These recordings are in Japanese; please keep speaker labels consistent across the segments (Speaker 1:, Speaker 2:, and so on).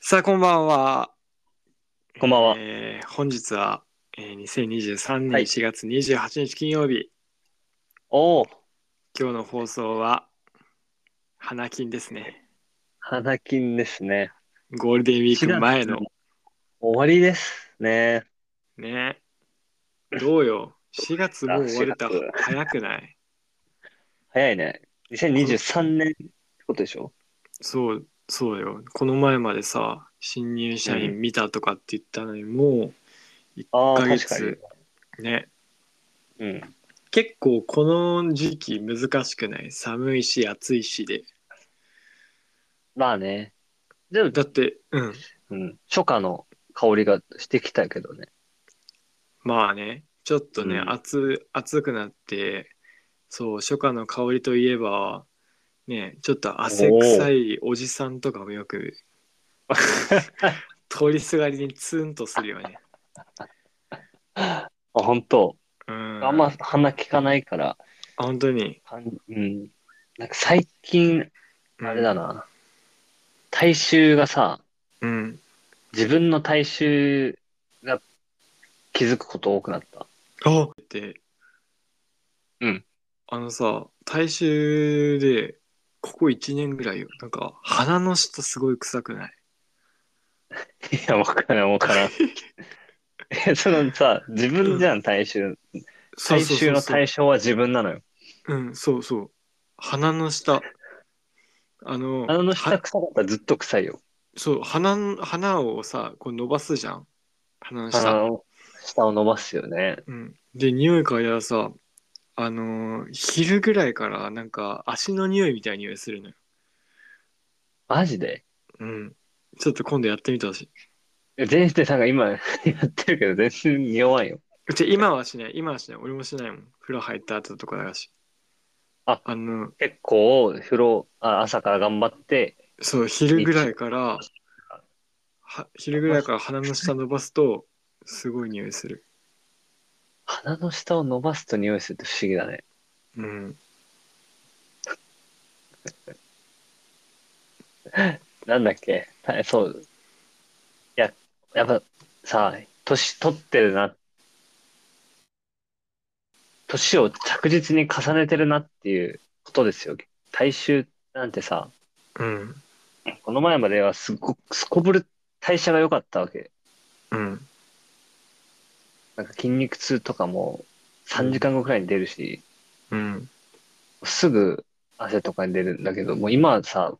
Speaker 1: さあ、こんばんは。
Speaker 2: こんばんは
Speaker 1: えー本日は、えー、2023年
Speaker 2: はい
Speaker 1: 4月28日金曜日、
Speaker 2: おお、
Speaker 1: 今日の放送は、花金ですね。
Speaker 2: 花金ですね。
Speaker 1: ゴールデンウィーク前の
Speaker 2: 4月。終わりですね。
Speaker 1: ね。どうよ。4月もう終われた
Speaker 2: あ4。
Speaker 1: 早くない
Speaker 2: 早いね。2023年ってことでしょ
Speaker 1: そう、そうよ。この前までさ、新入社員見たとかって言ったのに、もう
Speaker 2: ああ、
Speaker 1: 1ヶ
Speaker 2: 確かに
Speaker 1: 月。。ね。
Speaker 2: うん。
Speaker 1: 結構この時期難しくない寒いし暑いしで。
Speaker 2: まあね。でも、
Speaker 1: だって、うん。
Speaker 2: うん、初夏の香りがしてきたけどね。
Speaker 1: まあね、ちょっとね、
Speaker 2: うん
Speaker 1: 暑暑くなって、そう、初夏の香りといえば、ね、ちょっと汗臭いおじさんとかもよ く通りすがりにツンとするよね。
Speaker 2: あ、本当。
Speaker 1: うん、
Speaker 2: あんま鼻効かないから。
Speaker 1: 本当に、
Speaker 2: かんうん。なんか最近、
Speaker 1: うん
Speaker 2: あれだな。体臭がさ、
Speaker 1: うん。
Speaker 2: 自分の体臭が気づくこと多くなった。
Speaker 1: あって、
Speaker 2: うん。
Speaker 1: あのさ、体臭で、ここ1年ぐらいよ、なんか鼻の下すごい臭くない
Speaker 2: いや、わからん、わからん。え、そのさ、自分じゃん、大衆。
Speaker 1: そう
Speaker 2: 大
Speaker 1: そう
Speaker 2: 衆
Speaker 1: そう
Speaker 2: の
Speaker 1: そう
Speaker 2: 対象は自分なのよ。
Speaker 1: うん、そうそう。鼻の下。あの、
Speaker 2: 鼻の下
Speaker 1: は
Speaker 2: 臭かったらずっと臭いよ。
Speaker 1: そう、鼻ん、鼻をさ、こう伸ばすじゃん。鼻の
Speaker 2: 鼻
Speaker 1: 下。
Speaker 2: の下を伸ばすよね。
Speaker 1: うん。で、匂い嗅いだらさ、あのー昼ぐらいから、なんか、足の匂いみたいな匂いするのよ。
Speaker 2: マジで
Speaker 1: うん。ちょっと今度やってみてほしい。
Speaker 2: え全然、なんか今 やってるけど、全然匂わんよ。
Speaker 1: うち、今はしない。今はしない。俺もしないもん。風呂入った後とかだし。
Speaker 2: あ
Speaker 1: あの、
Speaker 2: 結構、風呂、あ、朝から頑張って、
Speaker 1: そう、昼ぐらいから、は昼ぐらいから鼻の下伸ばすと、すごい匂いする。
Speaker 2: 鼻の下を伸ばすと匂いするって不思議だね。
Speaker 1: うん。
Speaker 2: なんだっけたそう。いや、やっぱさ、年取ってるな。年を着実に重ねてるなっていうことですよ。体臭なんてさ、
Speaker 1: うん。
Speaker 2: この前まではすっごくすこぶる代謝が良かったわけ。
Speaker 1: うん。
Speaker 2: なんか筋肉痛とかも3時間後くらいに出るし、
Speaker 1: うん。
Speaker 2: すぐ汗とかに出るんだけど、もう今はさ、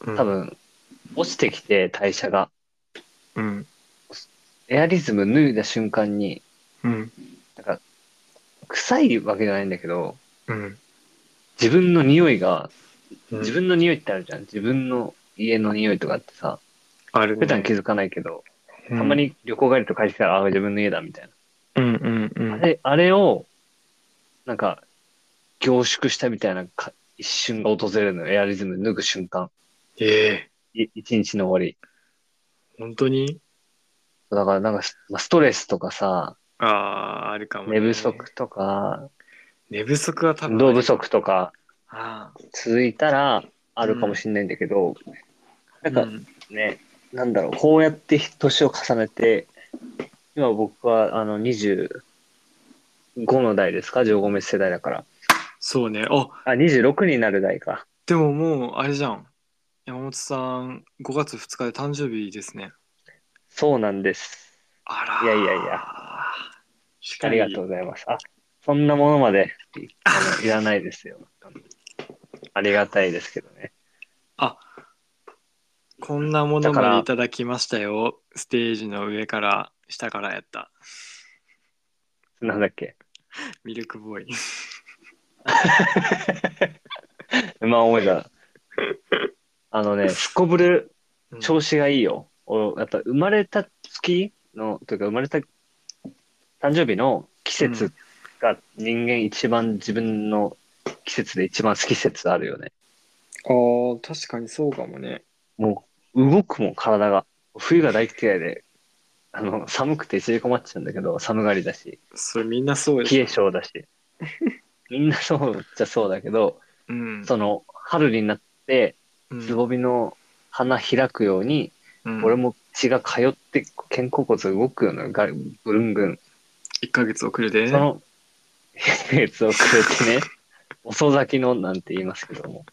Speaker 1: 多
Speaker 2: 多。分落ちてきて代謝が。
Speaker 1: うん。
Speaker 2: エアリズム脱いだ瞬間に、
Speaker 1: うん。
Speaker 2: 臭いわけじゃないんだけど、
Speaker 1: うん。
Speaker 2: 自分の匂いが、自
Speaker 1: 自
Speaker 2: 分の匂いってあるじゃん。自分の家の匂いとかってさ、
Speaker 1: あるね
Speaker 2: 普段気づかないけど、
Speaker 1: う
Speaker 2: たまに旅行帰りとか帰ってきたら、あ自分の家だみたい
Speaker 1: うんうんう
Speaker 2: な。あ
Speaker 1: ん
Speaker 2: れ、あれを、なんか、凝縮したみたいなか一瞬が訪れるのよエアリズム脱ぐ瞬間。
Speaker 1: ええ
Speaker 2: い一日の終わり。
Speaker 1: 本当に
Speaker 2: だから、なんかス、まあストレスとかさ、
Speaker 1: あああるかもね
Speaker 2: 寝不足とか、
Speaker 1: 寝不足は多分
Speaker 2: 運動不足とか、
Speaker 1: あ
Speaker 2: 続いたら、あるかもしれないんだけど、
Speaker 1: あ
Speaker 2: なんか、
Speaker 1: うん
Speaker 2: ね、なんだろう、こうやって年を重ねて、今僕はあの25の代ですか、15メ世代だから。
Speaker 1: そうねあ
Speaker 2: あ、26になる代か。
Speaker 1: でももうあれじゃん山本さん5月2日で誕生日ですね
Speaker 2: そうなんです。
Speaker 1: あらー
Speaker 2: いやいやいや
Speaker 1: しっ
Speaker 2: あ
Speaker 1: か
Speaker 2: り
Speaker 1: り
Speaker 2: がとうございます。あ、そんなものまであのいらないですよ。ありがたいですけどね。
Speaker 1: こんなもの
Speaker 2: だか
Speaker 1: まで
Speaker 2: ら
Speaker 1: いただきましたよステージの上から下からやった
Speaker 2: なんだっけ。
Speaker 1: ミルクボーイ
Speaker 2: まあ思いだ。あのね、すこぶる調子がいいよ。おやっぱ生まれた月の、というか生まれた誕生日の季節が人間一番自分の季節で一番好き節あるよね。
Speaker 1: あー確かにそうかもね
Speaker 2: もう動くもん体が。冬が大嫌いで、あの、寒くて縮こまっちゃうんだけど、寒がりだし、
Speaker 1: それみんなそうです
Speaker 2: 冷え性だし。みんなそうじゃそうだけど、
Speaker 1: うん
Speaker 2: その、春になって、
Speaker 1: うん
Speaker 2: つぼみの花開くように、
Speaker 1: うん、
Speaker 2: 俺も血が通って肩甲骨動くよな、がぐるんぐん。
Speaker 1: 1ヶ月遅れで
Speaker 2: その、熱をくれ てね、遅咲きのなんて言いますけども。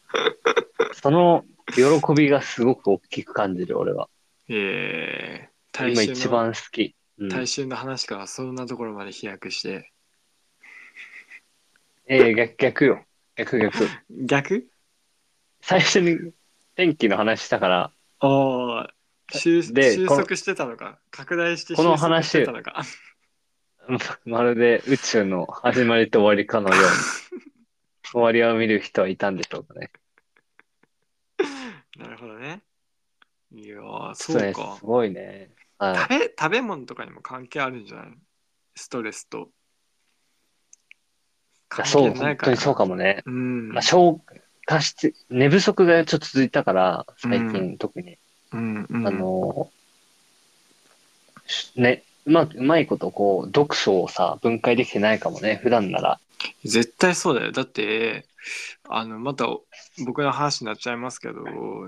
Speaker 2: その喜びがすごく大きく感じる、俺は。
Speaker 1: えー、大
Speaker 2: 今
Speaker 1: 衆の
Speaker 2: 一番好き。うん
Speaker 1: 大衆の話からそんなところまで飛躍して
Speaker 2: ええ逆、逆よ。逆、逆。
Speaker 1: 逆
Speaker 2: 最初に天気の話したから、
Speaker 1: ああ収
Speaker 2: で
Speaker 1: 収束してたのか拡大して収
Speaker 2: この
Speaker 1: 束
Speaker 2: 話
Speaker 1: してたのか
Speaker 2: まるで宇宙の始まりと終わりかのように、 終わりを見る人はいたんでしょうかね。
Speaker 1: なるほどねいやーそ
Speaker 2: ちょっと
Speaker 1: う
Speaker 2: ね
Speaker 1: か
Speaker 2: すごいね。は
Speaker 1: 食べ食べ物とかにも関係あるんじゃないストレスと
Speaker 2: い。いやそう、
Speaker 1: 関係な
Speaker 2: 本
Speaker 1: い
Speaker 2: 当にそうかもね。
Speaker 1: うん、
Speaker 2: まあ、消化して、寝不足がちょっと続いたから、最近、
Speaker 1: う
Speaker 2: 特に。
Speaker 1: うんうん
Speaker 2: あのーしね、うまく、うまいことこう、毒素をさ、分解できてないかもね、普段なら。
Speaker 1: 絶対そうだよだってあのまた僕の話になっちゃいますけど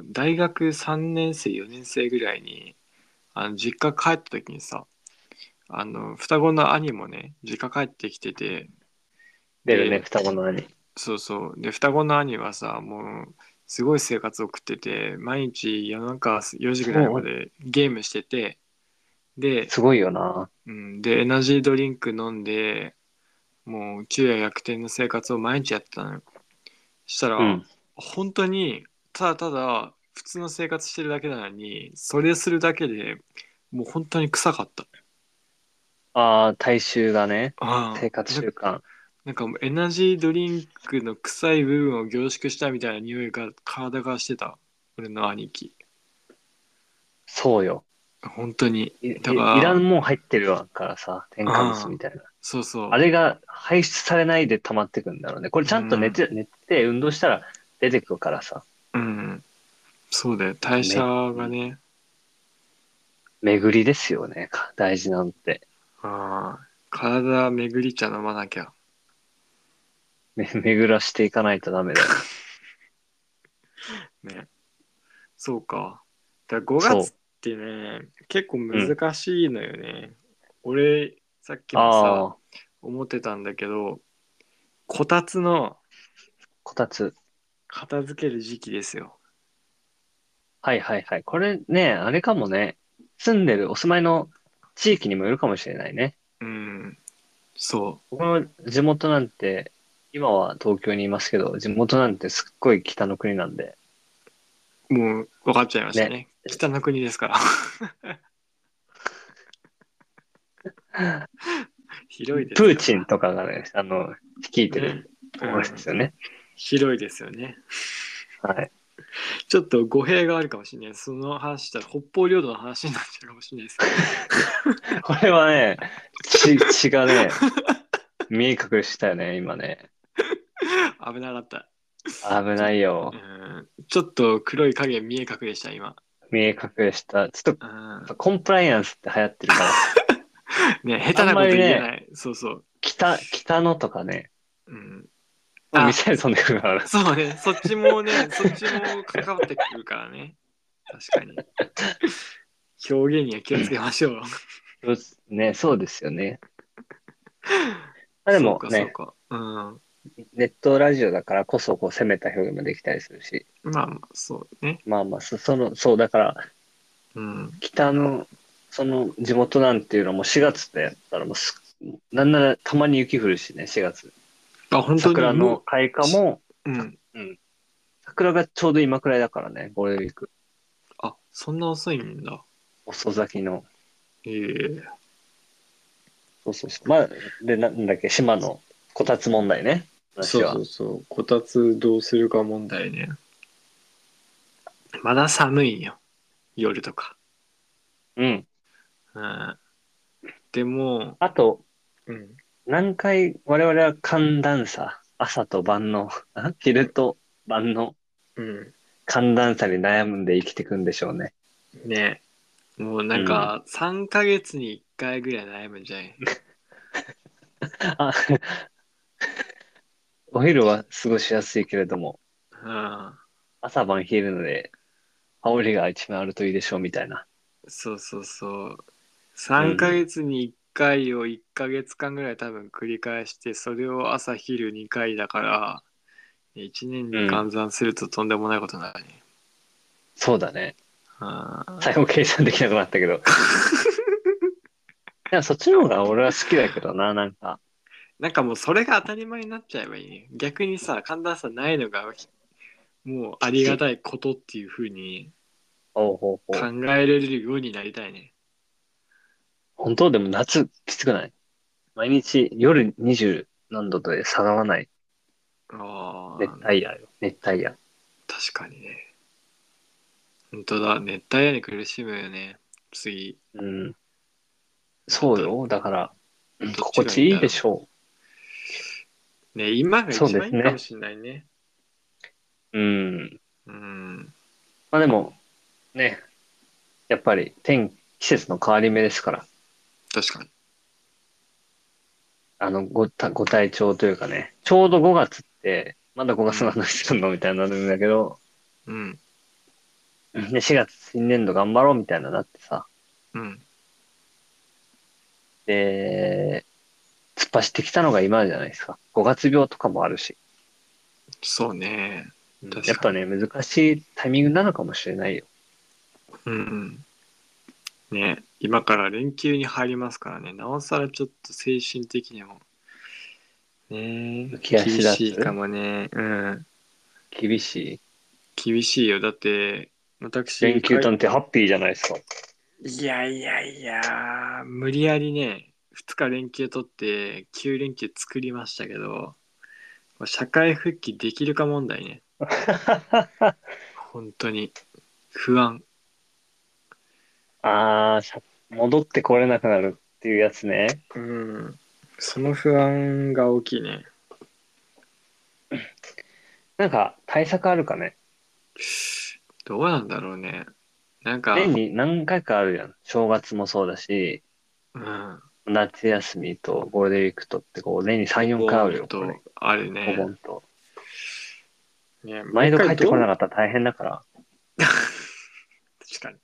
Speaker 1: 大学3年生4年生ぐらいにあの実家帰った時にさあの双子の兄もね実家帰ってきてて
Speaker 2: 出る
Speaker 1: え
Speaker 2: ね、
Speaker 1: ー
Speaker 2: 双子の兄。
Speaker 1: そうそうで双子の兄はさもうすごい生活を送ってて毎日夜中4時ぐらいまでゲームしててです
Speaker 2: ごいよな。
Speaker 1: うん、でエナジードリンク飲んでもう昼夜逆転の生活を毎日やってたのよしたら、
Speaker 2: うん。
Speaker 1: 本当にただただ普通の生活してるだけなのにそれするだけでもう本当に臭かった
Speaker 2: ああ、体臭がね、
Speaker 1: ああ
Speaker 2: 生活習慣。
Speaker 1: なんかもうエナジードリンクの臭い部分を凝縮したみたいな匂いが体がしてた俺の兄貴
Speaker 2: そうよ。
Speaker 1: 本当に
Speaker 2: いいい
Speaker 1: だから
Speaker 2: らんもん入ってるわからさ、添加物みたいな。
Speaker 1: そうそう
Speaker 2: あれが排出されないで溜まってくんだろうね。これちゃんと寝て、寝て運動したら出てくるからさ、
Speaker 1: うんそうだよ代謝がね
Speaker 2: 巡りですよね、か大事なんて。
Speaker 1: ああ体巡り茶飲まなきゃ
Speaker 2: め巡らしていかないとダ メだよ。
Speaker 1: ね。そうか。だから5月ってね、結構難しいのよね。俺、さっきも
Speaker 2: あ
Speaker 1: さ、
Speaker 2: あ、
Speaker 1: 思ってたんだけど、こたつの
Speaker 2: こたつ。
Speaker 1: 片付ける時期ですよ。
Speaker 2: はいはいはい。これね、あれかもね、住んでるお住まいの地域にもよるかもしれないね。
Speaker 1: うん。そ
Speaker 2: 僕の地元なんて、今は東京にいますけど、地元なんてすっごい北の国なんで、
Speaker 1: う。もう分かっちゃいましたね。北の国ですから。 広いです
Speaker 2: プ
Speaker 1: よ
Speaker 2: ーチンとかがね、あの、率いてると
Speaker 1: ね
Speaker 2: こ
Speaker 1: うん
Speaker 2: ろですよね。
Speaker 1: 広いですよね。
Speaker 2: はい。
Speaker 1: ちょっと語弊があるかもしれない。その話したら北方領土の話になっちゃうかもしれないですけど。
Speaker 2: これはね、血、血が ね、見え隠れしたよね、今ね。
Speaker 1: 危なかった。
Speaker 2: 危ないよ
Speaker 1: う。んちょっと黒い影見え隠れした今。
Speaker 2: 見え隠れした。ちょっ
Speaker 1: うん
Speaker 2: と、コンプライアンスって流行ってるから、
Speaker 1: ね下手なこと言えない。そうそう。
Speaker 2: 北、北のとかね、
Speaker 1: うん、あ
Speaker 2: ミサイル飛んでくるから。
Speaker 1: そうね、そっちもね、そっちも関わってくるからね。確かに。表現には気をつけましょう。
Speaker 2: そうですね、そうですよ ね。 あでも
Speaker 1: そう
Speaker 2: ね、
Speaker 1: かそうか、
Speaker 2: ネットラジオだからこそこう攻めた表現もできたりするし、
Speaker 1: うん。まあまあ、そうね。
Speaker 2: まあまあ、そその、そう、だから、
Speaker 1: うん。
Speaker 2: 北の、その地元なんていうのはもう4月でやったらもうす、なんならたまに雪降るしね、4月。
Speaker 1: あ、本当に
Speaker 2: 桜の
Speaker 1: も
Speaker 2: 開花も、
Speaker 1: う、うん。
Speaker 2: 桜がちょうど今くらいだからね、ゴールデンウィーク。
Speaker 1: あ、そんな遅いんだ。
Speaker 2: 遅咲きの。
Speaker 1: ええ
Speaker 2: そうそうそう。まあ、で、なんだっけ、島のこたつ問題ね。話は。
Speaker 1: うそう。こたつどうするか問題ね。まだ寒いんよ。夜とか。
Speaker 2: うん。
Speaker 1: うんでも、
Speaker 2: あと、
Speaker 1: うん、
Speaker 2: 何回我々は寒暖差、朝と晩の、あ昼と晩の寒暖差に悩んで生きていくんでしょうね。
Speaker 1: ねもうなんか3ヶ月に1回ぐらい悩むんじゃない、
Speaker 2: あ お昼は過ごしやすいけれども、
Speaker 1: うん、
Speaker 2: 朝晩冷えるので、羽織が一枚あるといいでしょうみたいな。
Speaker 1: そうそうそう3ヶ月に1回を1ヶ月間ぐらい多分繰り返してそれを朝昼2回だから1年に換算するととんでもないことになるね、
Speaker 2: そうだね。
Speaker 1: あー
Speaker 2: 最後計算できなくなったけど。でもそっちの方が俺は好きだけどな、なんか。
Speaker 1: なんかもうそれが当たり前になっちゃえばいいね逆にさ寒暖差ないのがもうありがたいことっていうふうに
Speaker 2: おうほう
Speaker 1: 考
Speaker 2: ほう。
Speaker 1: えれるようになりたいね
Speaker 2: 本当でも夏きつくない毎日夜20何度とで下がらない
Speaker 1: あ
Speaker 2: 熱
Speaker 1: あ
Speaker 2: 帯夜よ。熱帯夜。
Speaker 1: 確かにね本当だ熱帯夜に苦しむよね次
Speaker 2: うん。そうよ。だから、うん
Speaker 1: どっちがいいんだろう
Speaker 2: 心地いいでしょ
Speaker 1: ね今が一
Speaker 2: そう
Speaker 1: 番
Speaker 2: で
Speaker 1: いい
Speaker 2: すね
Speaker 1: かもしれないね
Speaker 2: う。うん。
Speaker 1: うん
Speaker 2: まあでも、ね、やっぱり天、季節の変わり目ですから、
Speaker 1: 確かに
Speaker 2: あの、ごたご体調というかね、ちょうど5月って、まだ5月の話するのみたいになるんだけど、
Speaker 1: うん
Speaker 2: で4月新年度頑張ろうみたいななってさ、
Speaker 1: うん
Speaker 2: で、突っ走ってきたのが今じゃないですか。5月病とかもあるし、
Speaker 1: そうね確かに
Speaker 2: やっぱね、難しいタイミングなのかもしれないよ。
Speaker 1: うんうんね今から連休に入りますからねなおさらちょっと精神的にもね
Speaker 2: 浮き足立つ
Speaker 1: 厳しいかもねうん
Speaker 2: 厳しい。
Speaker 1: 厳しいよだって私
Speaker 2: 連休なんてハッピーじゃないですか。
Speaker 1: いやいやいや無理やりね2日連休取って9連休作りましたけど社会復帰できるか問題ね本当に不安
Speaker 2: あーしゃ、戻ってこれなくなるっていうやつね。
Speaker 1: うんその不安が大きいね
Speaker 2: なんか対策あるかね
Speaker 1: どうなんだろうねなんか
Speaker 2: 年に何回かあるやん。正月もそうだし、
Speaker 1: うん
Speaker 2: 夏休みとゴールデンウィークとってこう年に3、4回あるよ。
Speaker 1: と
Speaker 2: これ
Speaker 1: ある
Speaker 2: お
Speaker 1: ね
Speaker 2: 盆と。
Speaker 1: ね
Speaker 2: 毎度帰ってこな
Speaker 1: か
Speaker 2: かったら大変だから。
Speaker 1: 確かに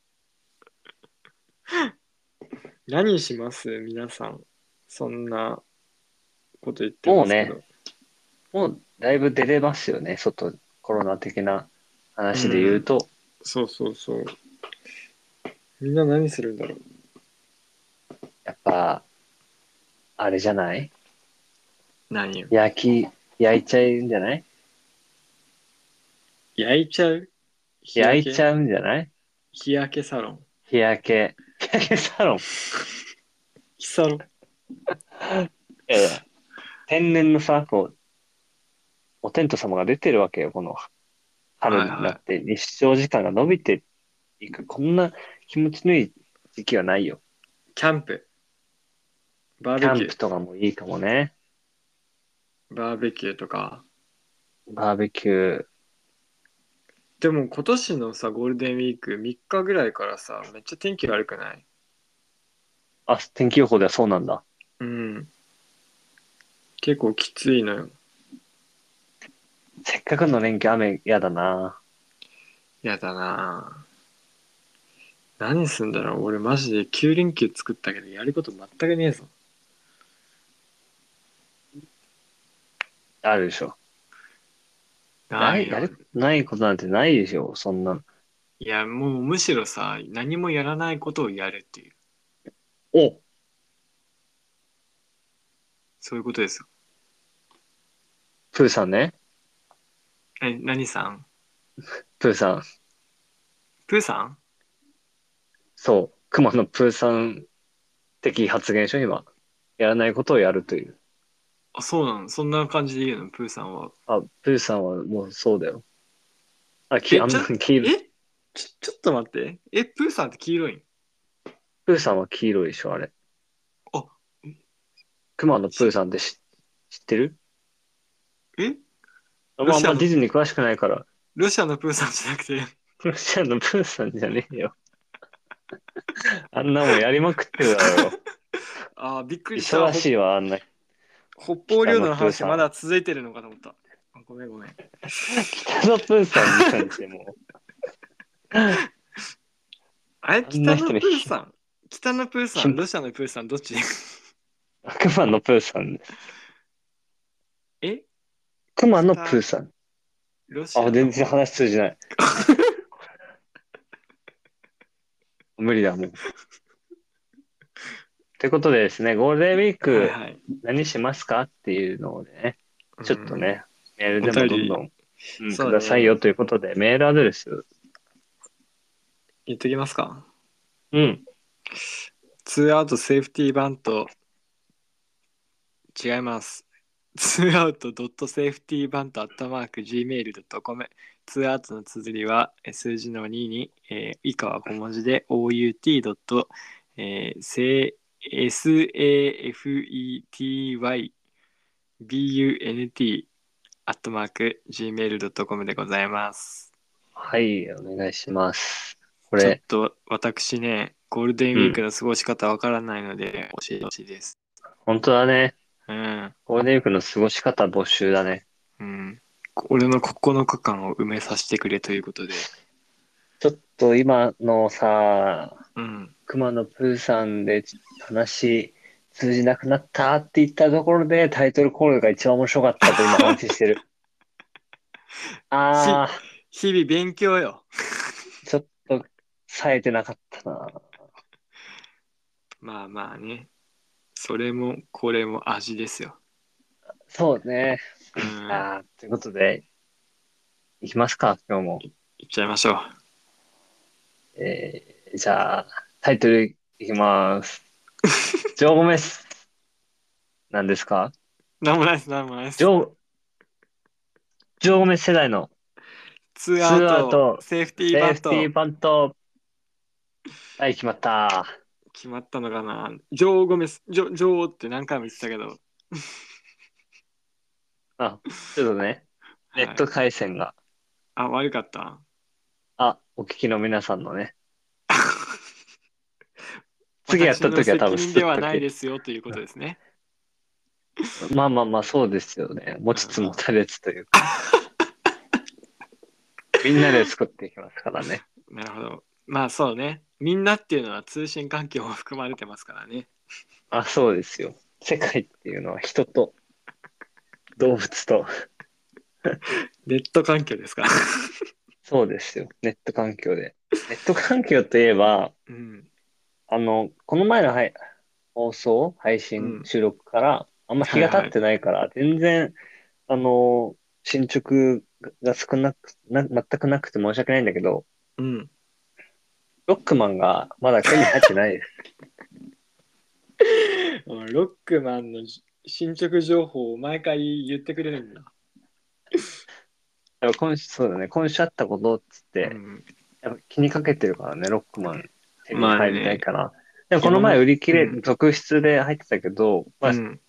Speaker 1: 何します皆さんそんなこと言ってますけど
Speaker 2: もうもうだいぶ出れますよね。外、コロナ的な話で言うと。
Speaker 1: そうそうそう。みんな何するんだろう。
Speaker 2: やっぱ、あれじゃない
Speaker 1: 何
Speaker 2: 焼き、焼いちゃうんじゃない
Speaker 1: 焼いちゃう
Speaker 2: 焼いち
Speaker 1: う
Speaker 2: ゃうんじゃない
Speaker 1: 日焼けサロン。
Speaker 2: 日焼け。日焼けサロン。
Speaker 1: 日サロン。
Speaker 2: ええ、天然のさ、こう、お天道様が出てるわけよ、この春になって、日照時間が伸びていく、こんな気持ちのいい時期はないよ。
Speaker 1: キャンプ。バ
Speaker 2: キャ
Speaker 1: ーベキ
Speaker 2: ン
Speaker 1: ュ
Speaker 2: プとかもいいかもね。
Speaker 1: ー。バーベキューとか。
Speaker 2: バーベキュー。
Speaker 1: でも今年のさ、ゴールデンウィーク3日ぐらいからさ、めっちゃ天気悪くない
Speaker 2: あ、天気予報ではそうなんだ。
Speaker 1: うん。結構きついのよ。
Speaker 2: せっかくの連休、雨嫌だな。
Speaker 1: やだなぁ何すんだろう俺マジで9連休作ったけどやること全くねえぞ。
Speaker 2: あるでしょ。ない、
Speaker 1: よ
Speaker 2: やるないことなんてないでしょ、そんな。
Speaker 1: いやもうむしろさ何もやらないことをやるっていう
Speaker 2: お
Speaker 1: そういうことですよ。
Speaker 2: プーさんね。
Speaker 1: え何さん
Speaker 2: プーさん。
Speaker 1: プーさん
Speaker 2: そう、熊のプーさん的発言でしょ、今。やらないことをやるという。
Speaker 1: あそうなのそんな感じで言うのプーさんは。
Speaker 2: あ、プーさんはもうそうだよ。あ、き
Speaker 1: え
Speaker 2: あん
Speaker 1: ち
Speaker 2: な
Speaker 1: ょ
Speaker 2: 黄色い。
Speaker 1: えちょちょっと待ってえプーさんって黄色いん
Speaker 2: プーさんは黄色いでしょ、あれ。
Speaker 1: あえ
Speaker 2: 熊のプーさんって知知ってる
Speaker 1: え
Speaker 2: あ
Speaker 1: ロ
Speaker 2: まあ、
Speaker 1: シアの
Speaker 2: まあディズニー詳しくないから。
Speaker 1: ロシアのプーさんじゃなくて
Speaker 2: ロシアのプーさんじゃねえよ。 あんなもんやりまくってるだろう。
Speaker 1: あーびっ くりした
Speaker 2: 忙しいわ、あんな。
Speaker 1: ほ北方領土の
Speaker 2: 北のプー
Speaker 1: 話
Speaker 2: さん
Speaker 1: まだ続いてるのかと思った。あごめんごめん。
Speaker 2: 北のプーさんに関しても。
Speaker 1: あれ、
Speaker 2: あん
Speaker 1: 北
Speaker 2: な
Speaker 1: の
Speaker 2: 人
Speaker 1: プ
Speaker 2: に
Speaker 1: ーさん。北のプーさ
Speaker 2: き
Speaker 1: ん、ロシアのプーさん、どっち
Speaker 2: 悪魔のプーさんです。
Speaker 1: え
Speaker 2: 熊のプーさん。
Speaker 1: ロシアの
Speaker 2: あ、全然話通じない。 無理だ、もう。ってことでですね、ゴールデンウィー
Speaker 1: はい
Speaker 2: ク
Speaker 1: はい
Speaker 2: 何しますかっていうのをね、ちょっとね、メールでもどんどん、うん
Speaker 1: そう
Speaker 2: く
Speaker 1: だね
Speaker 2: ださいよということで、メールアドレス、
Speaker 1: 言ってきますか。
Speaker 2: うん、
Speaker 1: ツーアウトセーフティーバント。違います。ツーアウトドットセーフティーバントアットマーク Gmail.com。ツーアウトの綴りはえ数字の2に、えー以下は小文字で OUT ドット、えーせ SAFETY BUNT アットマーク Gmail.com でございます。
Speaker 2: はい、お願いします。こ
Speaker 1: ちょっ
Speaker 2: れ、
Speaker 1: と私ね、ゴールデンウィークの過ごし方わからないので、教えてほしいです。
Speaker 2: 本当だね、
Speaker 1: うん。
Speaker 2: ゴールデンウィークの過ごし方募集だね。
Speaker 1: うん。俺の9日間を埋めさせてくれということで。
Speaker 2: ちょっと今のさ、
Speaker 1: うん。
Speaker 2: 熊野プーさんで話通じなくなったって言ったところでタイトルコールが一番面白かったと今話して る。ああ、
Speaker 1: 日々勉強よ。
Speaker 2: ちょっと冴えてなかったな。
Speaker 1: まあまあね。それもこれも味ですよ。
Speaker 2: そうね。
Speaker 1: うん。行
Speaker 2: ああ、ということで、いきますか、今日も。
Speaker 1: っちゃいましょう。
Speaker 2: えーじゃあ、タイトルいき ます。ジョー・ゴメス。何ですか
Speaker 1: なんもないです、なんもないです。
Speaker 2: ジョー、ジョー・ゴメス世代の
Speaker 1: ツーアウ
Speaker 2: ツーア
Speaker 1: ト
Speaker 2: ウト
Speaker 1: セーフティ
Speaker 2: セ
Speaker 1: ーバ
Speaker 2: ー
Speaker 1: ン
Speaker 2: フテ
Speaker 1: ト
Speaker 2: ィーバント。はい、決まった。
Speaker 1: 決まったのかな。ジョー・ゴメス、ジョジョーって何回も言ってたけど。
Speaker 2: ちょっとね、ネット
Speaker 1: はい
Speaker 2: 回線が、
Speaker 1: あ、悪かった。
Speaker 2: あ、お聞きの皆さんのね、次やった時は多 分
Speaker 1: 私の責任ではないですよということですね。
Speaker 2: まあまあまあ、そうですよね。持ちつ持たれつとい うか。みんなで作っていきますからね。
Speaker 1: なるほど。まあそうね。みんなっていうのは通信環境も含まれてますからね。
Speaker 2: あ、そうですよ。世界っていうのは人と、動物と、
Speaker 1: ネット環境ですから。
Speaker 2: そうですよ。ネット環境で。ネット環境といえば、
Speaker 1: うん。
Speaker 2: あの、この前のはい放送、配信、
Speaker 1: うん
Speaker 2: 収録から、あんま日が経ってないから、全然、あの、進捗が少なく、な、全くなくて申し訳ないんだけど、
Speaker 1: うん。
Speaker 2: ロックマンがまだ手に入って ないです。
Speaker 1: ロックマンの進捗情報を毎回言ってくれるんだ。
Speaker 2: やっぱ今週、そうだね、今週あったことっつって、
Speaker 1: うん
Speaker 2: やっぱ気にかけてるからね、ロックマン手に
Speaker 1: まあね
Speaker 2: 入りたいから。でもこの前売り切れ、
Speaker 1: うん
Speaker 2: 続出で入ってたけど、まあ
Speaker 1: うん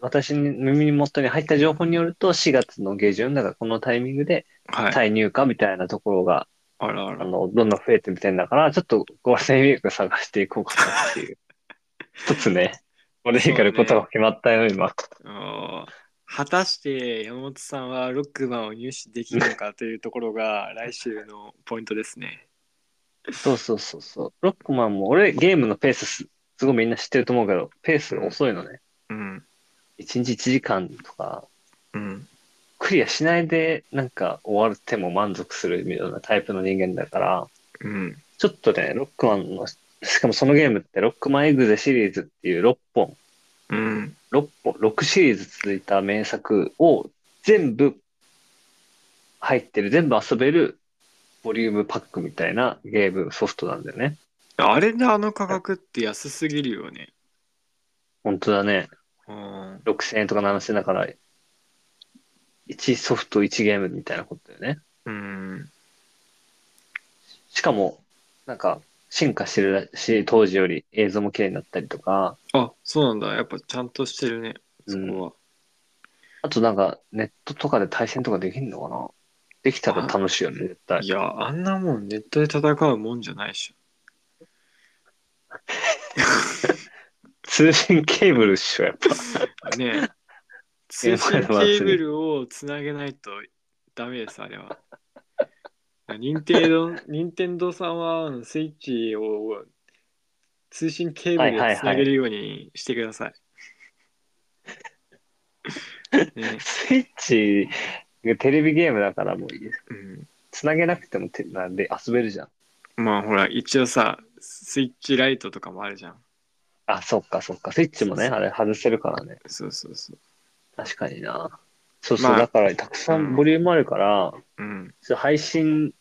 Speaker 2: 私に耳元に入った情報によると、4月の下旬、だからこのタイミングで
Speaker 1: はい。
Speaker 2: 再入荷みたいなところが、
Speaker 1: あらあ
Speaker 2: あ
Speaker 1: ら。
Speaker 2: の、どんどん増えてみたいんだから、ちょっとゴールデンウィーク探していこうかなって いう。一つね、ゴールデンウィークやることが決まったよ、今。
Speaker 1: あー果たして山本さんはロックマンを入手できるのかというところが来週のポイントですね。
Speaker 2: そうそうそうそう。ロックマンも、俺ゲームのペースす、すごいみんな知ってると思うけど、ペース遅いのね。
Speaker 1: うん。
Speaker 2: 1日1時間とか、
Speaker 1: うん。
Speaker 2: クリアしないで、なんか終わっても満足するようなタイプの人間だから、
Speaker 1: うん。
Speaker 2: ちょっとね、ロックマンの、しかもそのゲームって、ロックマンエグゼシリーズっていう6本、
Speaker 1: うん。
Speaker 2: 6本、6シリーズ続いた名作を全部入ってる、全部遊べるボリュームパックみたいなゲームソフトなんだよね。
Speaker 1: あれであの価格って安すぎるよね。
Speaker 2: 本当だね。
Speaker 1: うん。
Speaker 2: 6000円とか7000円だから、1ソフト1ゲームみたいなことだよね。
Speaker 1: うん。
Speaker 2: しかも、なんか、進化してるらし、当時より映像も綺麗になったりとか、
Speaker 1: あ、そうなんだ。やっぱちゃんとしてるね。
Speaker 2: う
Speaker 1: そ
Speaker 2: ん
Speaker 1: こは。
Speaker 2: あとなんか、ネットとかで対戦とかできるのかなできたら楽しいよね、絶対
Speaker 1: い。や、あんなもんネットで戦うもんじゃないでし
Speaker 2: 通信ケーブルっしょ、やっぱ。
Speaker 1: ょ。ね え。通信ケーブルをつなげないとダメです、あれは。うか任天堂任天堂さんはあのスイッチを通信ケーブルでつなげるようにしてくだ さい。ね、
Speaker 2: スイッチがテレビゲームだからもういいです。
Speaker 1: うん、
Speaker 2: つなげなくてもてなんで遊べるじゃん。
Speaker 1: まあほら一応さスイッチライトとかもあるじゃん。
Speaker 2: あ、そっかそっか。スイッチもね、
Speaker 1: そう
Speaker 2: あれ外せるからね。
Speaker 1: そうそうそう。
Speaker 2: 確かにな。そうそう、
Speaker 1: まあ
Speaker 2: だからたくさ
Speaker 1: うん
Speaker 2: んボリュームあるから、
Speaker 1: うん、
Speaker 2: ちょっと配信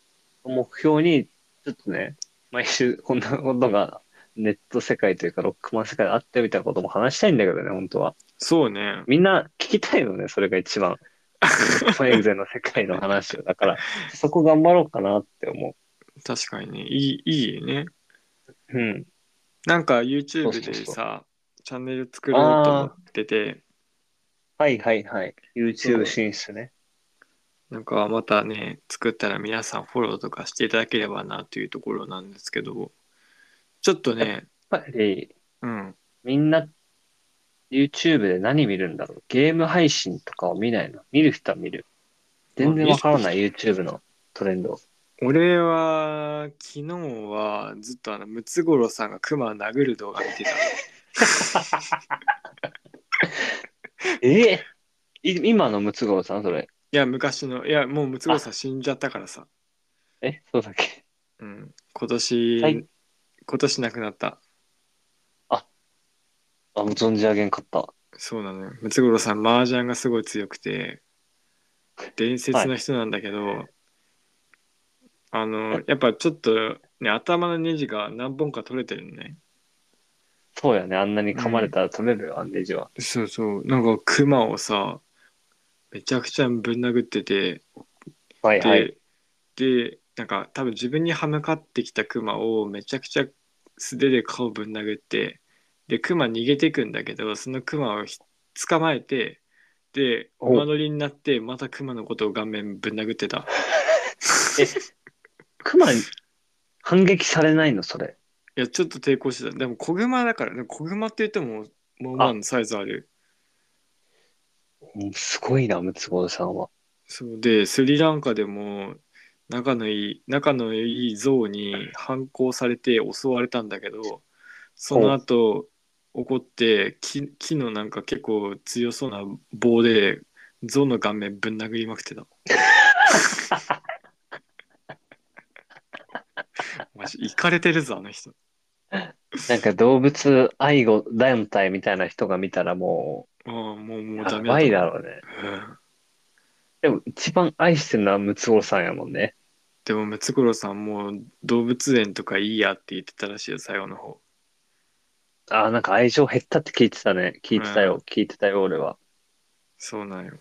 Speaker 2: を目標に、ちょっとね、毎週こんなことがネット世界というかロックマン世界であってみたいなことも話したいんだけどね、本当は。
Speaker 1: そうね。
Speaker 2: みんな聞きたいよね、それが 一番。ファイグゼの世界の話を。だから、そこ頑張ろうかなって思
Speaker 1: 確かにね。いいいいね。
Speaker 2: う。うん。
Speaker 1: なんか YouTube でさ
Speaker 2: そうそう
Speaker 1: チャンネル作ろうと思ってて。
Speaker 2: はいはいはい。
Speaker 1: そう
Speaker 2: YouTube 進出ね。
Speaker 1: なんかまたね、作ったら皆さんフォローとかしていただければなというところなんですけど、ちょっとね、
Speaker 2: やっぱり、
Speaker 1: うん、
Speaker 2: みんな YouTube で何見るんだろう。ゲーム配信とかを見ないの。見る人は見る。全然わからない YouTube のトレンド。
Speaker 1: 俺は昨日はずっとあのムツゴロウさんがクマを殴る動画見 てた。
Speaker 2: ええい今のムツゴロウさんそれ。
Speaker 1: いや、昔の、いや、もうムツゴロウさん死んじゃったからさ、
Speaker 2: えそうだっけ
Speaker 1: うん、今年、
Speaker 2: はい
Speaker 1: 今年亡くなった。
Speaker 2: あ、もう存じ上げんかった。
Speaker 1: そうなのよ。ムツゴロウさん、麻雀がすごい強くて、伝説の人なんだけど、あの、やっぱちょっと、ね、頭のネジが何本か取れてるのね。
Speaker 2: そうやね。あんなに噛まれたら取れるよ、アンデジは。
Speaker 1: そうそう。なんか、クマをさ、めちゃくちゃぶん殴ってて、
Speaker 2: はい
Speaker 1: で、
Speaker 2: はい。
Speaker 1: で、なんか、多分自分に歯向かってきたクマをめちゃくちゃ素手で顔ぶん殴って、で、クマ逃げてくんだけど、そのクマをひ捕まえて、で、
Speaker 2: お
Speaker 1: 馬乗りになって、またクマのことを顔面ぶん殴って た。
Speaker 2: クマに反撃されないの、それ。
Speaker 1: いや、ちょっと抵抗してた。でも、子グマだから、でも子グマって言っても、もうまあのサイズある。
Speaker 2: うんすごいな、ムツゴロウさんは。
Speaker 1: そうでスリランカでも仲のいい仲のいい象に反抗されて襲われたんだけどその後怒って木木のなんか結構強そうな棒で象の顔面ぶん殴りまく ってた。マジイかれてるぞあの人。
Speaker 2: なんか動物愛護団体みたいな人が見たらも
Speaker 1: ああもう
Speaker 2: う、
Speaker 1: もう
Speaker 2: や
Speaker 1: ダメだ
Speaker 2: ばいだろうね。
Speaker 1: うん
Speaker 2: でも一番愛してるのはムツゴロウさんやもんね。
Speaker 1: でもムツゴロウさんもう動物園とかいいやって言ってたらしいよ最後の方。
Speaker 2: ああ、なんか愛情減ったって聞いてたね。聞いてたよ、聞いてたよ、俺は。
Speaker 1: そうなんよ。い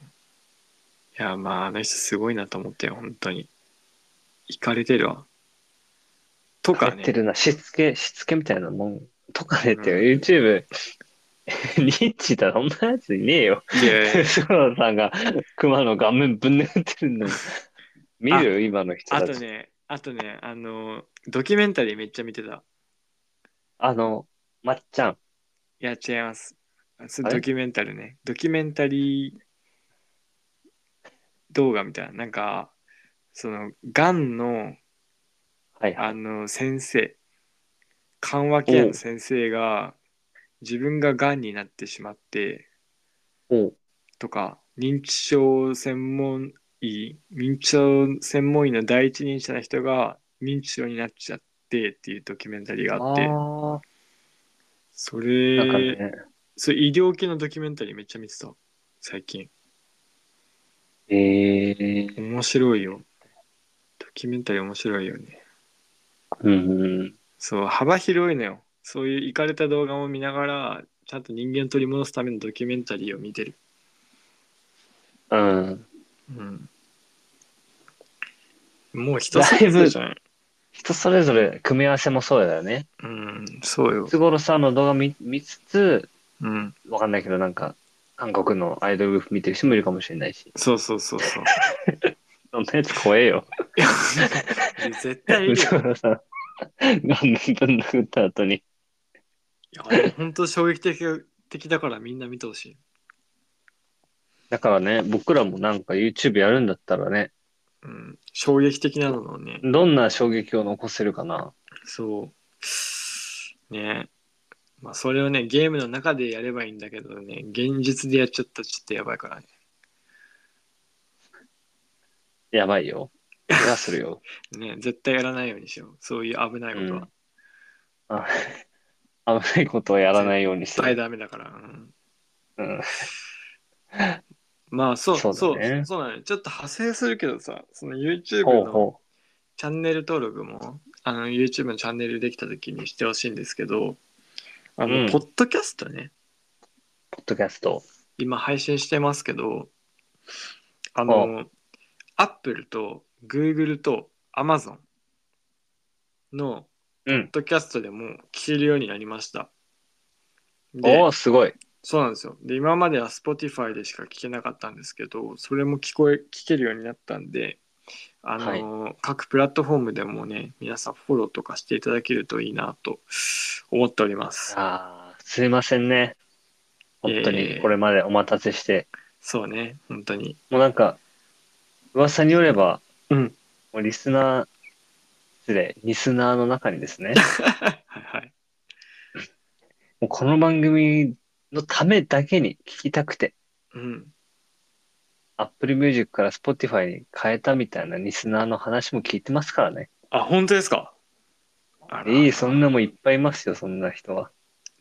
Speaker 1: や、まあ、あの人すごいなと思ってよ、本当に。行かれてるわ。とか
Speaker 2: 減って
Speaker 1: ね。
Speaker 2: るな。しつけ、しつけみたいなもん。とかねっていう、YouTube、ニッチだ、そんなやついねえよ。ム
Speaker 1: で、
Speaker 2: ツゴロウさんが熊の顔面ぶん殴ってるの。見る今の人
Speaker 1: あ
Speaker 2: た
Speaker 1: と
Speaker 2: ち。
Speaker 1: ね、あとね、あの、ドキュメンタリーめっちゃ見てた。
Speaker 2: あの、まっちゃん。
Speaker 1: いや、違います。あそ
Speaker 2: あ
Speaker 1: れ
Speaker 2: れ
Speaker 1: ドキュメンタルね。ドキュメンタリー動画みたいな。なんか、その、がんの、
Speaker 2: はいはい。
Speaker 1: あの、先生、緩和ケアの先生が、自分ががんになってしまって、
Speaker 2: おう
Speaker 1: とか認知症専門医認知症専門医の第一人者の人が認知症になっちゃってっていうドキュメンタリーがあ
Speaker 2: あ
Speaker 1: って
Speaker 2: ー
Speaker 1: そ
Speaker 2: なんか
Speaker 1: れ、
Speaker 2: ね、
Speaker 1: それ医療系のドキュメンタリーめっちゃ見てた最近
Speaker 2: えー、
Speaker 1: 面白いよドキュメンタリー面白いよね
Speaker 2: うんうん。
Speaker 1: そう幅広いのよそういういかれた動画も見ながらちゃんと人間を取り戻すためのドキュメンタリーを見てる
Speaker 2: うん。
Speaker 1: うんもう人それぞれじゃない
Speaker 2: 人それぞれ組み合わせもそうだよね。
Speaker 1: うんそうよ
Speaker 2: ムツゴロウさんの動画見見つつ、
Speaker 1: うん
Speaker 2: わかんないけど、なんか、韓国のアイドルグループ見てる人もいるかもしれないし。
Speaker 1: そうそうそうそう。
Speaker 2: そんなやつ怖えよ。
Speaker 1: 絶対い
Speaker 2: ム
Speaker 1: る
Speaker 2: ツ
Speaker 1: よ。
Speaker 2: ゴロウさ ん。なんでぶん殴った後に。
Speaker 1: いや本当衝撃的的だからみんな見てほしい。
Speaker 2: だからね、僕らもなんか YouTube やるんだったらね、
Speaker 1: うん、衝撃的なのをね、
Speaker 2: どんな衝撃を残せるかな。
Speaker 1: そう。ねまあ、それをね、ゲームの中でやればいいんだけどね、現実でやっちゃったらちょっとやばいからね。
Speaker 2: やばいよ。怪我するよ。
Speaker 1: ね絶対やらないようにしよう。そういう危ないことは。
Speaker 2: うんあ危ないことをやらないようにし
Speaker 1: 絶
Speaker 2: て
Speaker 1: 対
Speaker 2: る。
Speaker 1: ダメだから。うん
Speaker 2: うん、
Speaker 1: まあそう
Speaker 2: そ
Speaker 1: そうう
Speaker 2: だ
Speaker 1: そう,、
Speaker 2: ね
Speaker 1: そうなのよちょっと派生するけどさその YouTube
Speaker 2: ほう
Speaker 1: の
Speaker 2: ほ
Speaker 1: チャンネル登録もあの YouTube のチャンネルできた時にしてほしいんですけどあの、
Speaker 2: うん
Speaker 1: ポッドキャストね
Speaker 2: う。ポッドキャスト。
Speaker 1: 今配信してますけどあの Apple と Google と Amazon の
Speaker 2: う
Speaker 1: ポ
Speaker 2: ん
Speaker 1: ッ。ドキャストでも聞けるようになりましたで
Speaker 2: おお、すごい。
Speaker 1: そうなんですよ。で、今までは Spotify でしか聞けなかったんですけど、それも聞こえ、聞けるようになったんで、あのー各プラットフォームでもね、皆さんフォローとかしていただけるといいなと思っております。
Speaker 2: ああ、すいませんね。本当
Speaker 1: いえいえ
Speaker 2: にこれまでお待たせして。
Speaker 1: そうね、本当に。
Speaker 2: もうなんか、噂によれば、
Speaker 1: うん。
Speaker 2: もうリスナー、失礼、リスナーの中にですね、
Speaker 1: はいはい。
Speaker 2: もうこの番組のためだけに聞きたくて、
Speaker 1: うん。
Speaker 2: Apple Music から Spotify に変えたみたいなリスナーの話も聞いてますからね。
Speaker 1: あ、本当ですかあら
Speaker 2: いい、そんなもんいっぱいいますよ、そんな人は。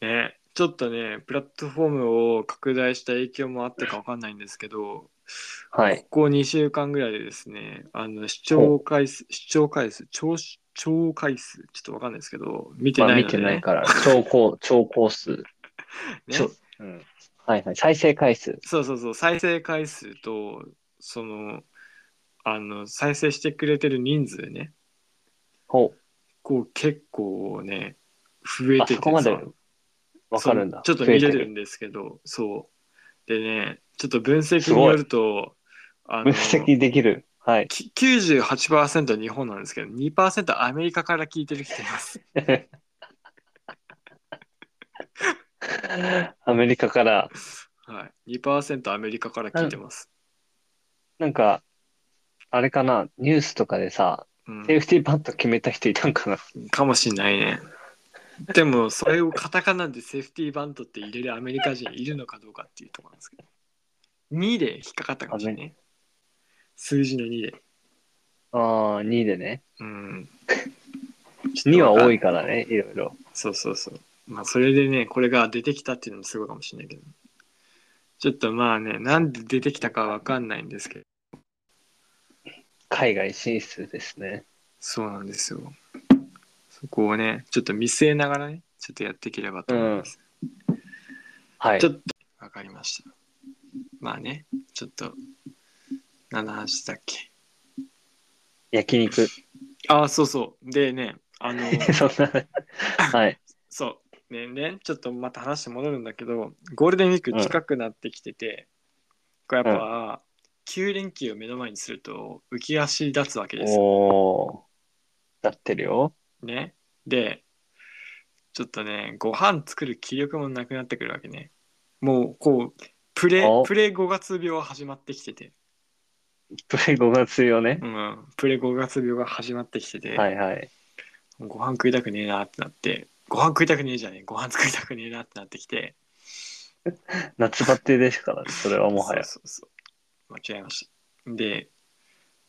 Speaker 1: ね、ちょっとね、プラットフォームを拡大した影響もあったかわかんないんですけど、
Speaker 2: はい。
Speaker 1: ここ2週間ぐらいでですね、あの視聴回数、視聴回数、聴視聴回数、ちょっとわかんないですけど、見て
Speaker 2: まあ
Speaker 1: ない
Speaker 2: 見
Speaker 1: の
Speaker 2: て
Speaker 1: で、ね
Speaker 2: な いから、超高、超高数。
Speaker 1: ね
Speaker 2: ちょうん。はいはい。再生回数。
Speaker 1: そうそうそう、再生回数と、その、あの、再生してくれてる人数ね、
Speaker 2: ほ
Speaker 1: こう結構ね、増え
Speaker 2: う。
Speaker 1: て
Speaker 2: あ
Speaker 1: て
Speaker 2: そこまで
Speaker 1: さ
Speaker 2: わかるんだ。
Speaker 1: そうちょっと
Speaker 2: 増え
Speaker 1: 見
Speaker 2: て
Speaker 1: れるんですけど、そう。でね、ちょっと分析
Speaker 2: す
Speaker 1: に
Speaker 2: ごい
Speaker 1: よると、あ
Speaker 2: 分
Speaker 1: の、
Speaker 2: 析できる。はい。
Speaker 1: き98%日本なんですけど、2%アメリカから聞いてる人います。
Speaker 2: アメリカから、
Speaker 1: はい。2%アメリカから聞いてます。
Speaker 2: なんか、あれかな、ニュースとかでさ、
Speaker 1: うん
Speaker 2: セーフティーバント決めた人いたんかな。
Speaker 1: かもしんないね。でも、それをカタカナでセーフティーバントって入れるアメリカ人いるのかどうかっていうところなんですけど。2で引っかかったかもしれないね。数字の2で。
Speaker 2: ああ、2でね。
Speaker 1: うん。
Speaker 2: 2は多い
Speaker 1: か。
Speaker 2: からね、いろいろ。
Speaker 1: そうそうそう。まあ、それでね、これが出てきたっていうのもすごいかもしれないけど。ちょっとまあね、なんで出てきたかわかんないんですけど。
Speaker 2: 海外進出ですね。
Speaker 1: そうなんですよ。そこをね、ちょっと見据えながらね、ちょっとやっていければと思います。
Speaker 2: はい
Speaker 1: ち。ょっとわかりました。まあね、ちょっと、何の話だっけ。
Speaker 2: 焼肉。
Speaker 1: ああ、そうそう。でね、あ の、
Speaker 2: そんな。はい。
Speaker 1: そう、ねね、ちょっとまた話戻るんだけど、ゴールデンウィーク近くなってきてて、これやっぱ、9連休を目の前にすると浮き足立つわけ ですよ。
Speaker 2: おー。なってるよ。
Speaker 1: ね。で、ちょっとね、ご飯作る気力もなくなってくるわけね。もう、こう、プレ
Speaker 2: お、
Speaker 1: プレ5月病は始まってきてて。
Speaker 2: プレ5月よね
Speaker 1: う。ん、プレ5月病が始まってきてて、
Speaker 2: はいはい。
Speaker 1: ご飯食いたくねえなってなってご飯食いたくねえじゃねえご飯作りたくねえなってなってきて
Speaker 2: 夏バテですから、それはもはや。
Speaker 1: そうそうそう間違えましたで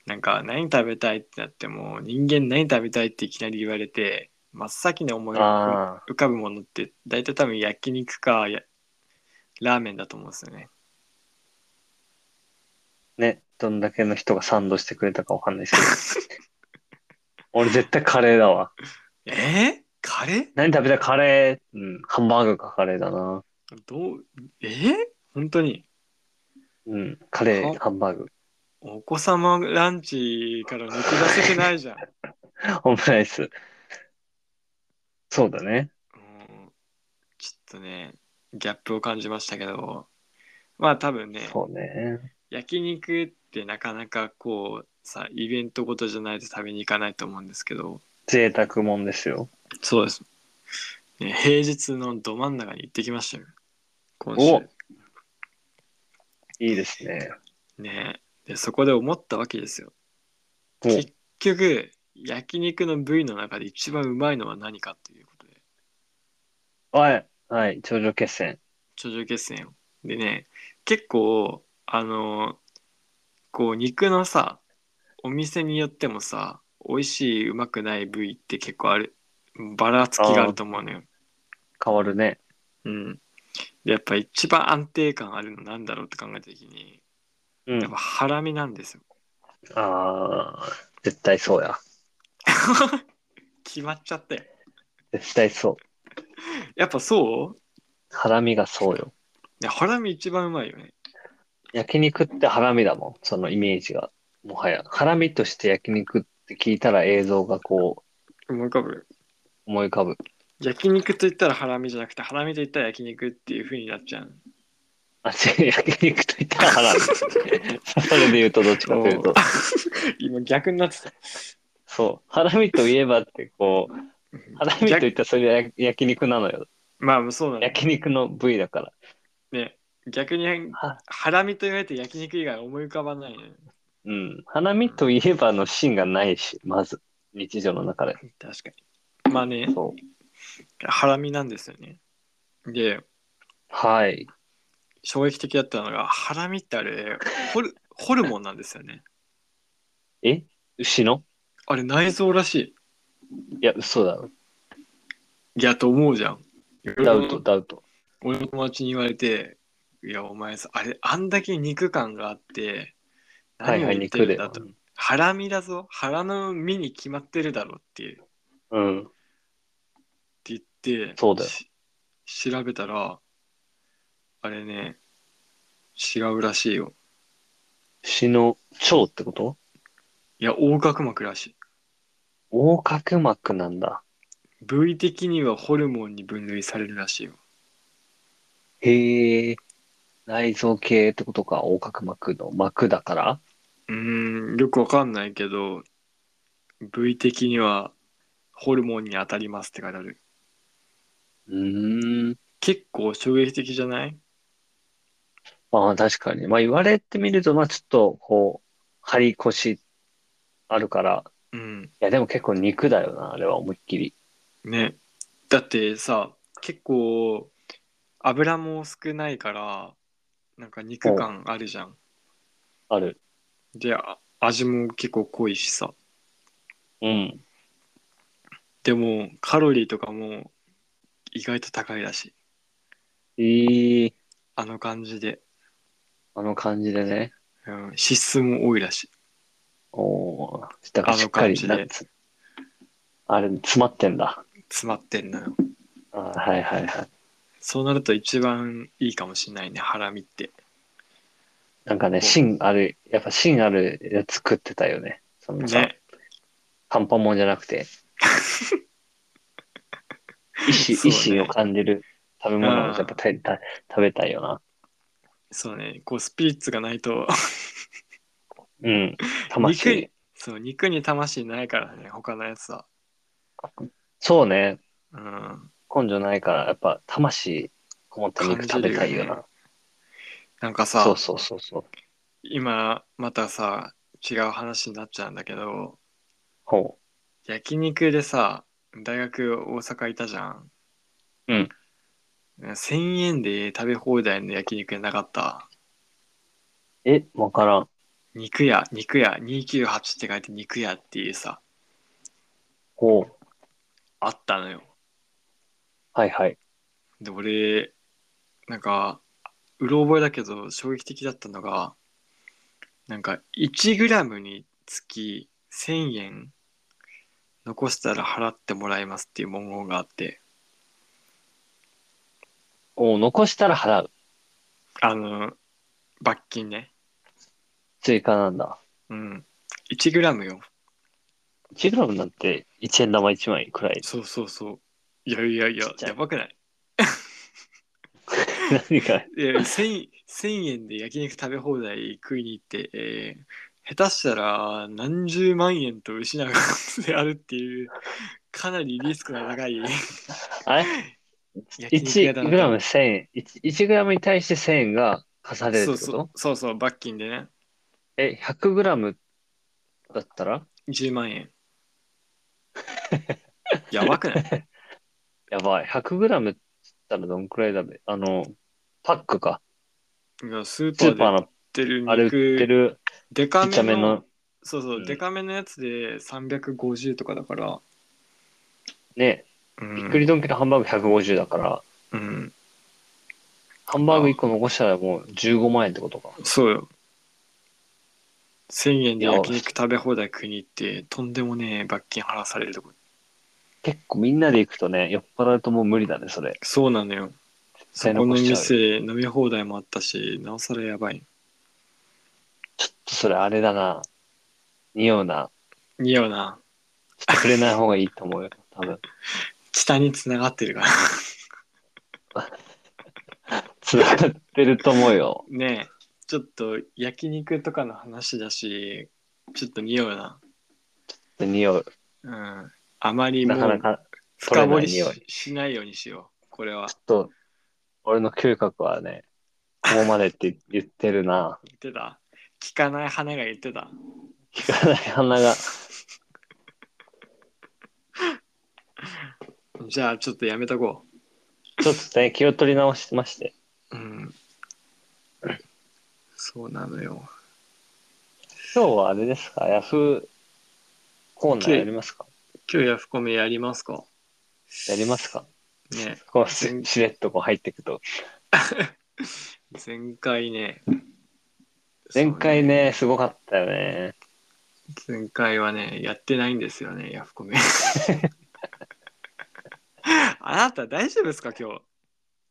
Speaker 1: なんか何食べたいってなっても人間何食べたいっていきなり言われて真っ先に思い浮
Speaker 2: ああ、
Speaker 1: かぶものって大体多分焼肉かやラーメンだと思うんですよね
Speaker 2: ね。どんだけの人が賛同してくれたかわかんないですけど。 俺絶対カレーだわ。
Speaker 1: えー、カレー
Speaker 2: 何食べたいカレー。うん。ハンバーグかカレーだな。
Speaker 1: どうえー、本当に
Speaker 2: うん。カレー、
Speaker 1: は
Speaker 2: ハンバーグ。
Speaker 1: お子様ランチから抜け出せてないじ ゃん
Speaker 2: オムライス。そうだね。
Speaker 1: うんちょっとね、ギャップを感じましたけど、まあ多分ね、
Speaker 2: そうね。
Speaker 1: 焼肉ってなかなかこう、さ、イベントごとじゃないと食べに行かないと思うんですけど、
Speaker 2: 贅沢もんですよ。
Speaker 1: そうです。ね、平日のど真ん中に行ってきましたよ。今週。
Speaker 2: いいですね。
Speaker 1: ねで、そこで思ったわけですよ。
Speaker 2: もう
Speaker 1: 結局焼肉の部位の中で一番うまいのは何かっていうことで
Speaker 2: はい、はい、頂上決戦。
Speaker 1: 頂上決戦をでね結構あのこう肉のさお店によってもさ美味しいうまくない部位って結構あるばらつきがあると思うのよ、
Speaker 2: 変わるね。
Speaker 1: うん、でやっぱ一番安定感あるのなんだろうって考えた時に
Speaker 2: う
Speaker 1: やっ
Speaker 2: ん
Speaker 1: ぱ。ハラミなんですよ
Speaker 2: ああ、絶対そうや。
Speaker 1: 決まっちゃって
Speaker 2: 絶対そう。
Speaker 1: やっぱそう
Speaker 2: ハラミがそうよ。
Speaker 1: ねハラミ一番うまいよね
Speaker 2: 焼肉ってハラミだもん。そのイメージが。もはや。ハラミとして焼肉って聞いたら映像がこ
Speaker 1: 思い浮かぶ
Speaker 2: う思い浮かぶ。
Speaker 1: 焼肉と言ったらハラミじゃなくてハラミと言ったら焼肉っていう風になっちゃう
Speaker 2: あ、違う、 焼肉と言ったら ハラミ。それで言うとどっちかという
Speaker 1: お
Speaker 2: と
Speaker 1: う。 今逆になってた
Speaker 2: そう。ハラミといえばってこう、ハラミと言ったらそれは焼焼肉なのよ。
Speaker 1: まあそうだね
Speaker 2: 焼肉の部位だから。
Speaker 1: ね逆に
Speaker 2: は
Speaker 1: ハラミと言われて焼肉以外思い浮かばないね
Speaker 2: うん。花見といえばのシーンがないし、まず、日常の中で。
Speaker 1: 確かにまあね
Speaker 2: そう。
Speaker 1: ハラミなんですよねで
Speaker 2: はい。
Speaker 1: 衝撃的だったのがハラミってあれホルホルモンなんですよね
Speaker 2: え牛の
Speaker 1: あれ内臓らし
Speaker 2: いや、嘘だろ。
Speaker 1: いいやと思うじゃん
Speaker 2: ダウト、ダウト。
Speaker 1: 俺の友達に言われて「いやお前さあれあんだけ肉感があって
Speaker 2: はい
Speaker 1: 何を
Speaker 2: はい、
Speaker 1: 言って
Speaker 2: 肉
Speaker 1: るん
Speaker 2: で
Speaker 1: だ。と、ハラミだぞ腹の身に決まってるだろ」っていうっ
Speaker 2: うん。
Speaker 1: て言って
Speaker 2: そうだよ
Speaker 1: し調べたらあれね違うらしいよ
Speaker 2: 牛の腸ってこと
Speaker 1: いや横隔膜らしい
Speaker 2: 横隔膜なんだ。
Speaker 1: 部位的にはホルモンに分類されるらしいよ
Speaker 2: へえ。内臓系ってことか、横隔膜の膜だから。
Speaker 1: うーんよくわかんないけど部位的にはホルモンに当たりますって書いてある
Speaker 2: うーん。
Speaker 1: 結構衝撃的じゃない
Speaker 2: まあ確かに。まあ言われてみると、まあちょっと、こう、張り腰あるから。
Speaker 1: うん
Speaker 2: いやでも結構肉だよな、あれは思いっきり。
Speaker 1: ねだってさ結構油も少ないからなんか肉感あるじゃん
Speaker 2: ある。
Speaker 1: であ味も結構濃いしさ
Speaker 2: うん。
Speaker 1: でもカロリーとかも意外と高いらしい
Speaker 2: ええ
Speaker 1: あの感じで、
Speaker 2: あの感じでね。
Speaker 1: うん、脂質も多いらしい
Speaker 2: おーだから
Speaker 1: あ
Speaker 2: しっ
Speaker 1: の
Speaker 2: か
Speaker 1: 感
Speaker 2: り
Speaker 1: じ
Speaker 2: な
Speaker 1: で
Speaker 2: んつあれ、詰まってんだ。
Speaker 1: 詰まってんのよ
Speaker 2: あーはいはいはい。
Speaker 1: そうなると一番いいかもしれないねハラミって
Speaker 2: なんかね、
Speaker 1: そう
Speaker 2: 芯ある、やっぱ芯あるやつ食ってたよね。そのさ、
Speaker 1: ね
Speaker 2: 乾パンもんじゃなく て。意志、
Speaker 1: そう
Speaker 2: 意
Speaker 1: ね
Speaker 2: 志を感じる食べ物をやっぱたた食べたいよな。
Speaker 1: そうねこうスピリッツがないと
Speaker 2: うん。
Speaker 1: 肉
Speaker 2: 魂
Speaker 1: に。そう肉に魂ないからね他のやつは
Speaker 2: そうね。
Speaker 1: うん
Speaker 2: 根性ないから、やっぱ魂こもった肉食べたいよな。
Speaker 1: 感なんか
Speaker 2: そ
Speaker 1: さ
Speaker 2: うそうそうそう。
Speaker 1: 今またさ違う話になっちゃうんだけど
Speaker 2: ほ
Speaker 1: 焼肉でさ大学大阪いたじゃん
Speaker 2: うん
Speaker 1: 1000円で食べ放題の焼肉なかった
Speaker 2: う。え、わからん。
Speaker 1: 肉屋肉屋298って書いて肉屋っていうさ
Speaker 2: ほう。
Speaker 1: あったのよ
Speaker 2: はいはい。
Speaker 1: で俺なんかうろ覚えだけど衝撃的だったのがなんか 1g につき1000円残したら払ってもらいますっていう文言があって
Speaker 2: お残したら払う。
Speaker 1: あの罰金ね
Speaker 2: 追加なんだ。
Speaker 1: うん 1g よ
Speaker 2: 1g なんて1円玉1枚くらい。
Speaker 1: そうそうそういやいやいや
Speaker 2: ちっちゃい
Speaker 1: やばくない
Speaker 2: 何か。
Speaker 1: いや 1000, 1000円で焼肉食べ放題食いに行って、えー下手したら何十万円と失う可能性あるっていうかなりリスクの高 い
Speaker 2: あれ
Speaker 1: 焼肉屋だなと
Speaker 2: ?1g1000 円。1g に対して1000円が課されるって
Speaker 1: そ
Speaker 2: こ
Speaker 1: う
Speaker 2: と
Speaker 1: そうそうそう罰金でね
Speaker 2: え、100g だったら
Speaker 1: 10万 円やばくない
Speaker 2: やばい。100g っつったらどんくらいだべあの、パックか。
Speaker 1: いやスー
Speaker 2: ス
Speaker 1: パ
Speaker 2: ーパ
Speaker 1: ー
Speaker 2: ー
Speaker 1: で売っ
Speaker 2: の
Speaker 1: てる
Speaker 2: あれ売って
Speaker 1: 肉
Speaker 2: る
Speaker 1: デ
Speaker 2: ち
Speaker 1: カ
Speaker 2: っちゃめ
Speaker 1: めの
Speaker 2: の、
Speaker 1: そうそう、
Speaker 2: うん
Speaker 1: デカめのやつで350とかだから、
Speaker 2: ね、
Speaker 1: うん、
Speaker 2: びっくりドンキのハンバーグ150だから、
Speaker 1: うん
Speaker 2: ハンバーグ1個残したらもう15万円ってことか。
Speaker 1: そうよ1000円で
Speaker 2: いや
Speaker 1: 焼肉食べ放題食いに行ってとんでもねえ罰金払わされるとこ
Speaker 2: 結構みんなで行くとね、酔っ払うともう無理だね、それ。
Speaker 1: そうなのよそ
Speaker 2: 対
Speaker 1: この
Speaker 2: 残しちゃう
Speaker 1: 店飲み放題もあったしなおさらやばい
Speaker 2: ちょっとそれあれだな。匂うな。
Speaker 1: 似合うな
Speaker 2: ちょっと触れない方がいいと思うよ、多分。
Speaker 1: 下に繋がってるから
Speaker 2: つながってると思うよ。
Speaker 1: ねえちょっと焼肉とかの話だしちょっと似合うな
Speaker 2: 匂う。
Speaker 1: うんあまりも
Speaker 2: なかな
Speaker 1: う
Speaker 2: か、
Speaker 1: 深掘り
Speaker 2: 取
Speaker 1: し
Speaker 2: れない匂
Speaker 1: しないようにしようこれは
Speaker 2: ちょっと、俺の嗅覚はね、ここまでって言ってるな。
Speaker 1: 言ってた聞かない花が言ってた
Speaker 2: 聞かない鼻が。
Speaker 1: じゃあちょっとやめとこ
Speaker 2: ちょっとね、気を取り直してまして。
Speaker 1: ううんそうなのよ
Speaker 2: 今日はあれですかヤフーコーナーやりますか
Speaker 1: 今日ヤフコメやりますか
Speaker 2: やりますか
Speaker 1: ね
Speaker 2: こうししれっとこう入っていくと。
Speaker 1: 前回ね
Speaker 2: 前回ね、すごかったよね。
Speaker 1: そうね前回はねやってないんですよねヤフコ メあなた大丈夫ですか 今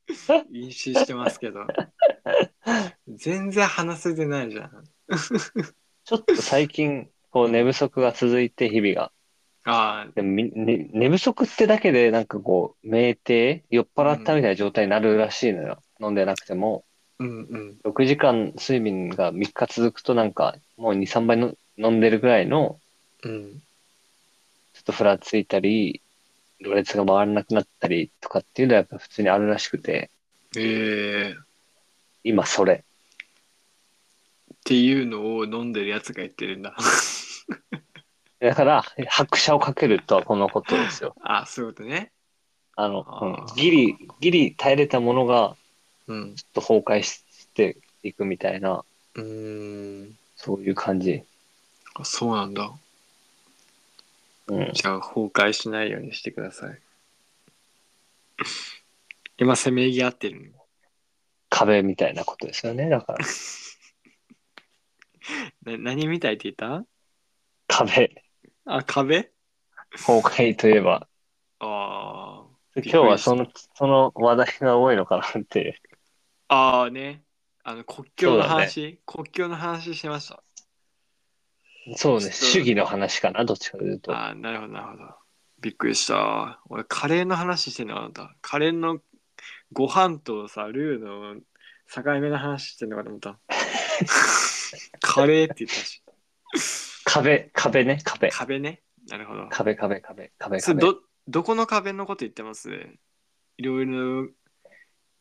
Speaker 1: 日飲酒してますけど全然話せてないじゃん
Speaker 2: ちょっと最近、こう寝不足が続いて、日々が。
Speaker 1: あー
Speaker 2: でもみ、ね寝不足ってだけで、なんかこう、酩酊、酔っ払ったみたいな状態になるらしいのよ。飲んでなくても。
Speaker 1: うんうん
Speaker 2: 6時間睡眠が3日続くと、なんか、もう2、3倍の飲んでるぐらいの、
Speaker 1: うん
Speaker 2: ちょっとふらついたり、ろれつが回らなくなったりとかっていうのはやっぱ普通にあるらしくて、
Speaker 1: えー、っ
Speaker 2: 今それ。
Speaker 1: ていうのを飲んでるやつが言ってるんだ
Speaker 2: だから、拍車をかけるとはこのことですよ。
Speaker 1: あそういうことね
Speaker 2: あの、
Speaker 1: あー
Speaker 2: うんギリ、ギリ耐えれたものが、
Speaker 1: うん
Speaker 2: ちょっと崩壊していくみたいな、
Speaker 1: うーん
Speaker 2: そういう感じ。
Speaker 1: あそうなんだ
Speaker 2: うん。
Speaker 1: じゃあ崩壊しないようにしてください。 今せめぎ合ってる
Speaker 2: 壁みたいなことですよね。だから、
Speaker 1: の。な何みたいって言った
Speaker 2: 壁、
Speaker 1: あ、壁
Speaker 2: 崩壊とい えば。
Speaker 1: あ
Speaker 2: 今日はその、その話題が多いのかなって。
Speaker 1: あ。ああね。あの国境の
Speaker 2: そうだね
Speaker 1: 話、国境の話してました。
Speaker 2: そう
Speaker 1: ちょ
Speaker 2: ね、
Speaker 1: っと
Speaker 2: 主義の話かな、どっちかというと。
Speaker 1: ああ、なるほど、なるほど。びっくりした。俺、カレーの話してんのかと思った。カレーのご飯とさ、ルーの境目の話してんのかと思 った。カレーって言ったし。
Speaker 2: 壁、壁ね、壁。
Speaker 1: 壁ね。なるほど。
Speaker 2: 壁、壁、壁、壁、
Speaker 1: それ
Speaker 2: 壁。
Speaker 1: どどこの壁のこと言ってますいろいろ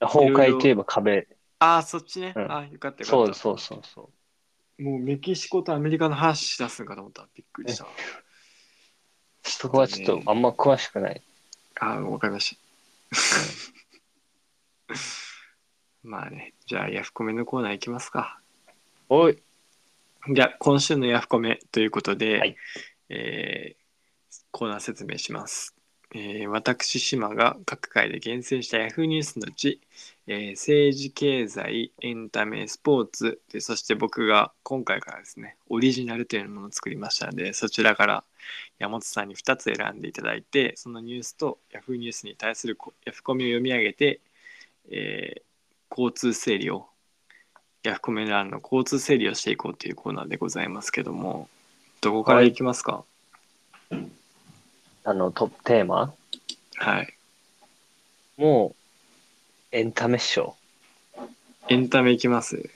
Speaker 2: 崩壊といえば壁。
Speaker 1: ああそっちね、
Speaker 2: うん
Speaker 1: ああよかったよ
Speaker 2: そ
Speaker 1: か
Speaker 2: う
Speaker 1: った
Speaker 2: そうそうそう。
Speaker 1: もうメキシコとアメリカの話し出すんかと思ったびっくりした
Speaker 2: そこはちょっとあんま詳しくない。
Speaker 1: ああわかりました まあねじゃあヤフコメのコーナーいきますか
Speaker 2: おい、
Speaker 1: じゃあ今週のヤフコメということで、
Speaker 2: はい
Speaker 1: えーコーナー説明します、えー私島が各界で厳選したヤフーニュースのうち、えー政治経済エンタメスポーツでそして僕が今回からですねオリジナルというものを作りましたのでそちらから山本さんに2つ選んでいただいてそのニュースとヤフーニュースに対するこヤフコメを読み上げて、えー交通整理をヤフコメ欄の交通整理をしていこうというコーナーでございますけどもどこからいきますか
Speaker 2: あの、トップテーマ
Speaker 1: はい
Speaker 2: もう、エンタメっしょ。
Speaker 1: エンタメいきます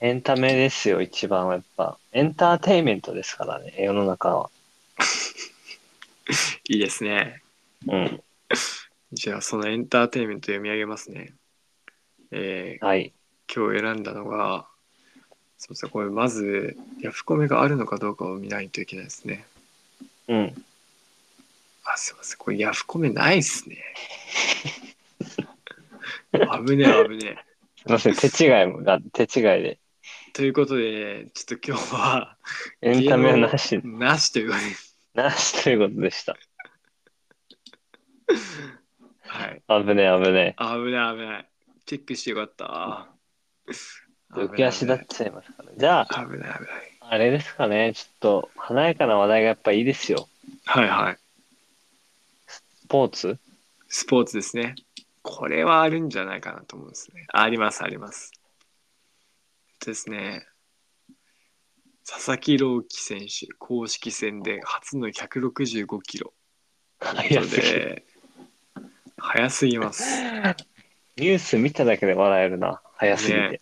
Speaker 2: エンタメですよ、一番はやっぱ。エンターテインメントですからね、世の中は。
Speaker 1: いいですね
Speaker 2: うん。
Speaker 1: じゃあそのエンターテインメント読み上げますねえー
Speaker 2: はい。
Speaker 1: 今日選んだのがそうですねこれまずヤフコメがあるのかどうかを見ないといけないですね
Speaker 2: うん。
Speaker 1: あ、すいません。これ、ヤフコメないっすね。 危ねえ、危ねえ。
Speaker 2: すいま せん、手違いもが、手違いで。
Speaker 1: ということで、ちょっと今日は、
Speaker 2: エンタメはなし、
Speaker 1: なしということで、
Speaker 2: なしということでした。
Speaker 1: はい。
Speaker 2: 危ねえ、危ね
Speaker 1: 危ない、危ない。チェックしてよかった。
Speaker 2: え。 浮き足立っちゃいますから。じゃあ、
Speaker 1: 危ない、危ない。
Speaker 2: あれですかね、ちょっと、華やかな話題がやっぱいいですよ。
Speaker 1: はい、はい。
Speaker 2: スポーツ
Speaker 1: スポーツですね。これはあるんじゃないかなと思うんですね。あります、あります。ですね。佐々木朗希選手、公式戦で初の165キロ
Speaker 2: 早すぎる
Speaker 1: で、早すぎます。
Speaker 2: ニュース見ただけで笑えるな。早すぎて。
Speaker 1: ね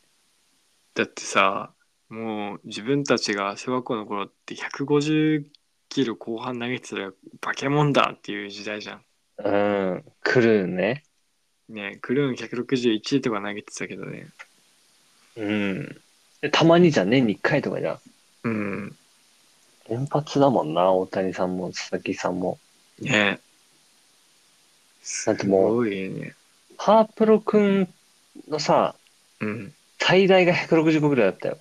Speaker 1: だってさ、もう自分たちが小学校の頃って150キロ後半投げてたらバケモンだっていう時代じゃん。
Speaker 2: うん。来るね。
Speaker 1: ねクルーン161とか投げてたけどね。
Speaker 2: うん。でたまにじゃん、年に1回とかじゃん。
Speaker 1: うん。
Speaker 2: 連発だもんな、大谷さんも佐々木さんも。
Speaker 1: ね
Speaker 2: だ
Speaker 1: す
Speaker 2: ってもう
Speaker 1: ごいね。
Speaker 2: ハープロくんのさ、
Speaker 1: うん。
Speaker 2: 最大が165ぐらいだったよ。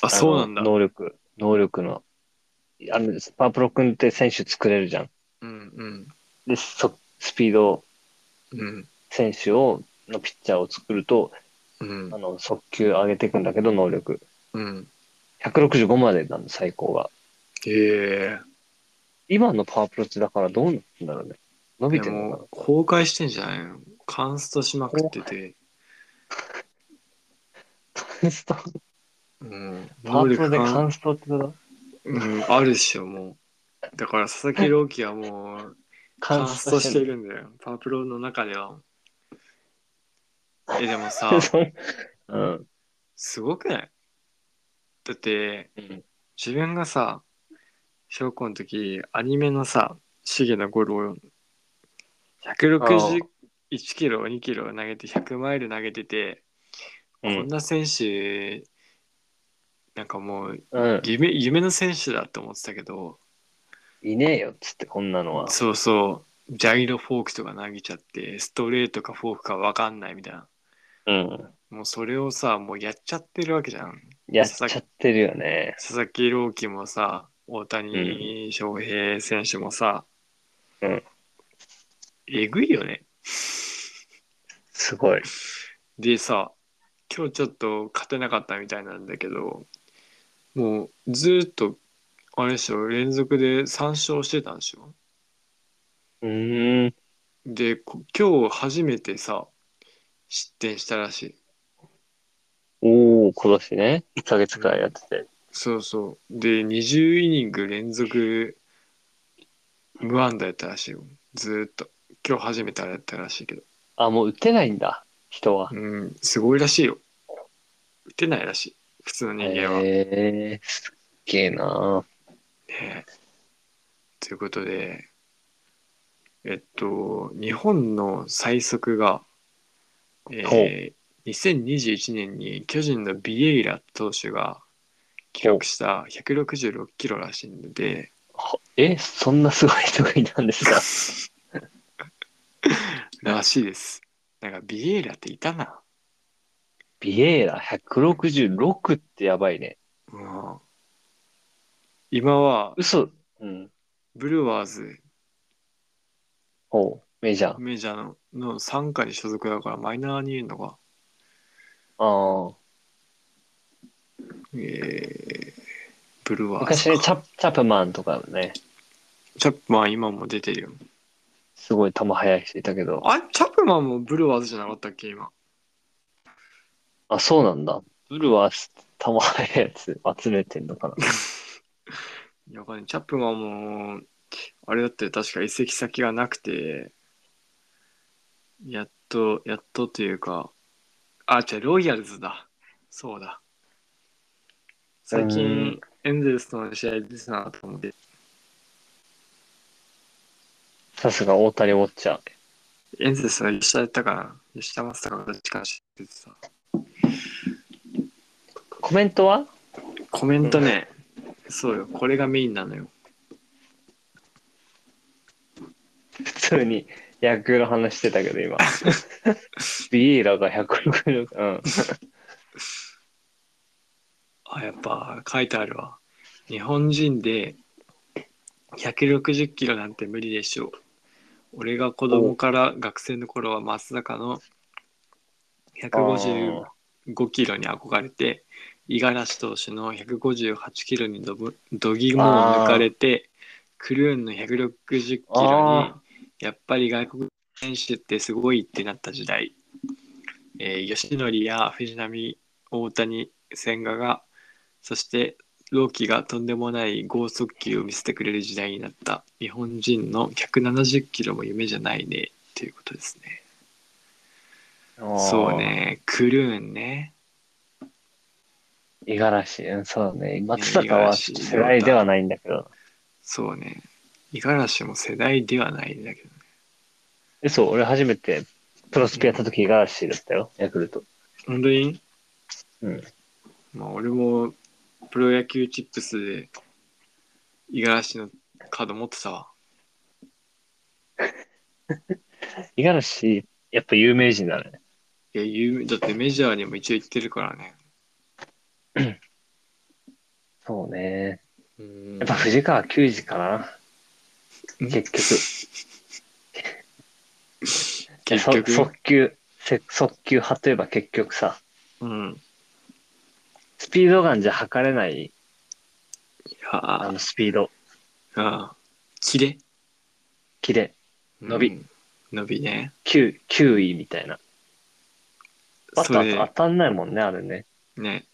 Speaker 1: あ、そうなんだ
Speaker 2: あ。の能力、能力の。あの、ハープロくんって選手作れるじゃん。
Speaker 1: うんうん
Speaker 2: で、そスピード
Speaker 1: うん
Speaker 2: 選手を、のピッチャーを作ると、
Speaker 1: うん
Speaker 2: あの、速球上げていくんだけど、能力。
Speaker 1: うん。
Speaker 2: 165までなんだ、最高が。
Speaker 1: え
Speaker 2: 今のパワープロってだからどうなってんだろうね。伸
Speaker 1: え
Speaker 2: び
Speaker 1: で
Speaker 2: てんのか
Speaker 1: も崩壊してんじゃないのカンストしまくってて、
Speaker 2: なカンスト、
Speaker 1: うん、
Speaker 2: パワ
Speaker 1: 能
Speaker 2: ープロ
Speaker 1: 力
Speaker 2: で
Speaker 1: かん
Speaker 2: カンストってこと
Speaker 1: うん、あるっしょ、もう。だから佐々木朗希はもう、カ
Speaker 2: カ
Speaker 1: ン
Speaker 2: ン
Speaker 1: ス
Speaker 2: ス
Speaker 1: ト
Speaker 2: ト
Speaker 1: し
Speaker 2: してて
Speaker 1: い
Speaker 2: る。
Speaker 1: るんだよ。パワープロの中では。え、でも さ、
Speaker 2: うん。
Speaker 1: すごくないだって、自分がさ、小学校の時、アニメのさ、重野五郎、161キロ、2キロ投げて、100マイル投げてて、
Speaker 2: う
Speaker 1: こん
Speaker 2: ん。
Speaker 1: な選手、なんかもう、
Speaker 2: うん。
Speaker 1: 夢、夢の選手だって思ってたけど、
Speaker 2: いねえよっつって、こんなのは。
Speaker 1: そうそう。ジャイロフォークとか投げちゃって、ストレートかフォークか分かんないみたいな。
Speaker 2: うん。
Speaker 1: もうそれをさ、もうやっちゃってるわけじゃん。
Speaker 2: やっちゃってるよね。
Speaker 1: 佐々木朗希もさ、大谷翔平選手もさ、
Speaker 2: うん
Speaker 1: えぐいよね。
Speaker 2: すごい。
Speaker 1: でさ、今日ちょっと勝てなかったみたいなんだけど、もうずーっと、あれでしょ、連続で3勝してたんでしょ。
Speaker 2: うーん。
Speaker 1: で、こ今日初めてさ、失点したらしい。
Speaker 2: おお今年ね。1ヶ月くらいやってて。
Speaker 1: そうそう。で、20イニング連続無安打やったらしいよ。ずーっと。今日初めてあれやったらしいけど。
Speaker 2: あ、もう打てないんだ。人は。
Speaker 1: うん、すごいらしいよ。打てないらしい。普通の人間は。ね
Speaker 2: へえすっげえな
Speaker 1: えということで、えっと、日本の最速が、
Speaker 2: ほ
Speaker 1: えー、2021年に巨人のビエイラ投手が記録した166キロらしいので、
Speaker 2: ほえ、そんなすごい人がいたんですか
Speaker 1: らしいです。なんかビエイラっていたな。
Speaker 2: ビエイラ166ってやばいね。
Speaker 1: うん、今は
Speaker 2: 嘘。うん。
Speaker 1: ブルワーズ
Speaker 2: おうメジャー。
Speaker 1: メジャーのの傘下に所属だからマイナーにいるのが。
Speaker 2: ああ。
Speaker 1: えーブルワーズか。
Speaker 2: 昔ね、チャチャップマンとかね、
Speaker 1: チャップマン今も出てるよ。
Speaker 2: すごい球速い人いたけど。
Speaker 1: あチャップマンもブルワーズじゃなかったっけ今。
Speaker 2: あ、そうなんだ。ブルは玉早いやつ 集めてんのかな。
Speaker 1: いやわかんないチャップマンもあれだって確か移籍先がなくてやっとやっとというかあ違うロイヤルズだそうだ最
Speaker 2: う
Speaker 1: 近
Speaker 2: ん
Speaker 1: エンゼルスとの試合ですなと思って
Speaker 2: さすが大谷ウォッチャー。
Speaker 1: エンゼルスは吉田やったかな吉田マスターがどっちか知っててさ
Speaker 2: コメントは
Speaker 1: コメントね、そうよこれがメインなのよ
Speaker 2: 普通に野球の話してたけど、今。ビエイラが160、うん。
Speaker 1: あ、やっぱ書いてあるわ。日本人で160キロなんて無理でしょう。俺が子供から学生の頃は松坂の155キロに憧れて、五十嵐投手の158キロにどぶどぎもを抜かれて、クルーンの160キロ
Speaker 2: あ
Speaker 1: に、やっぱり外国選手ってすごいってなった時代。えー、吉典や藤浪、大谷、千賀が、そして朗希がとんでもない剛速球を見せてくれる時代になった日本人の170キロも夢じゃないねっていうことですね。
Speaker 2: あー
Speaker 1: そう。ね、クルーンね。
Speaker 2: 五十嵐、うんそうね。松坂は世代ではないんだけど。
Speaker 1: そうね。五十嵐も世代ではないんだけどね。
Speaker 2: え、そう、俺初めてプロスピやった時五十嵐だったよ、ヤクルト。
Speaker 1: 本当に
Speaker 2: うん。
Speaker 1: まあ俺もプロ野球チップスで五十嵐のカード持ってたわ。
Speaker 2: 五十嵐、やっぱ有名人だね。
Speaker 1: いや、有名だってメジャーにも一応行ってるからね。
Speaker 2: そうね。
Speaker 1: うん
Speaker 2: やっぱ藤川球児かな。
Speaker 1: うん
Speaker 2: 結局。
Speaker 1: 結
Speaker 2: そ
Speaker 1: 局
Speaker 2: 速。球、せ速球派といえば結局さ、
Speaker 1: うん。
Speaker 2: スピードガンじゃ測れない、
Speaker 1: いや
Speaker 2: あ
Speaker 1: ー
Speaker 2: のスピード、
Speaker 1: ああ。キレ
Speaker 2: キレ、伸び
Speaker 1: うん伸びね。
Speaker 2: 9、9位みたいな。バッ
Speaker 1: そ
Speaker 2: ターと
Speaker 1: れ
Speaker 2: 当たんないもんね、あれね。
Speaker 1: ね。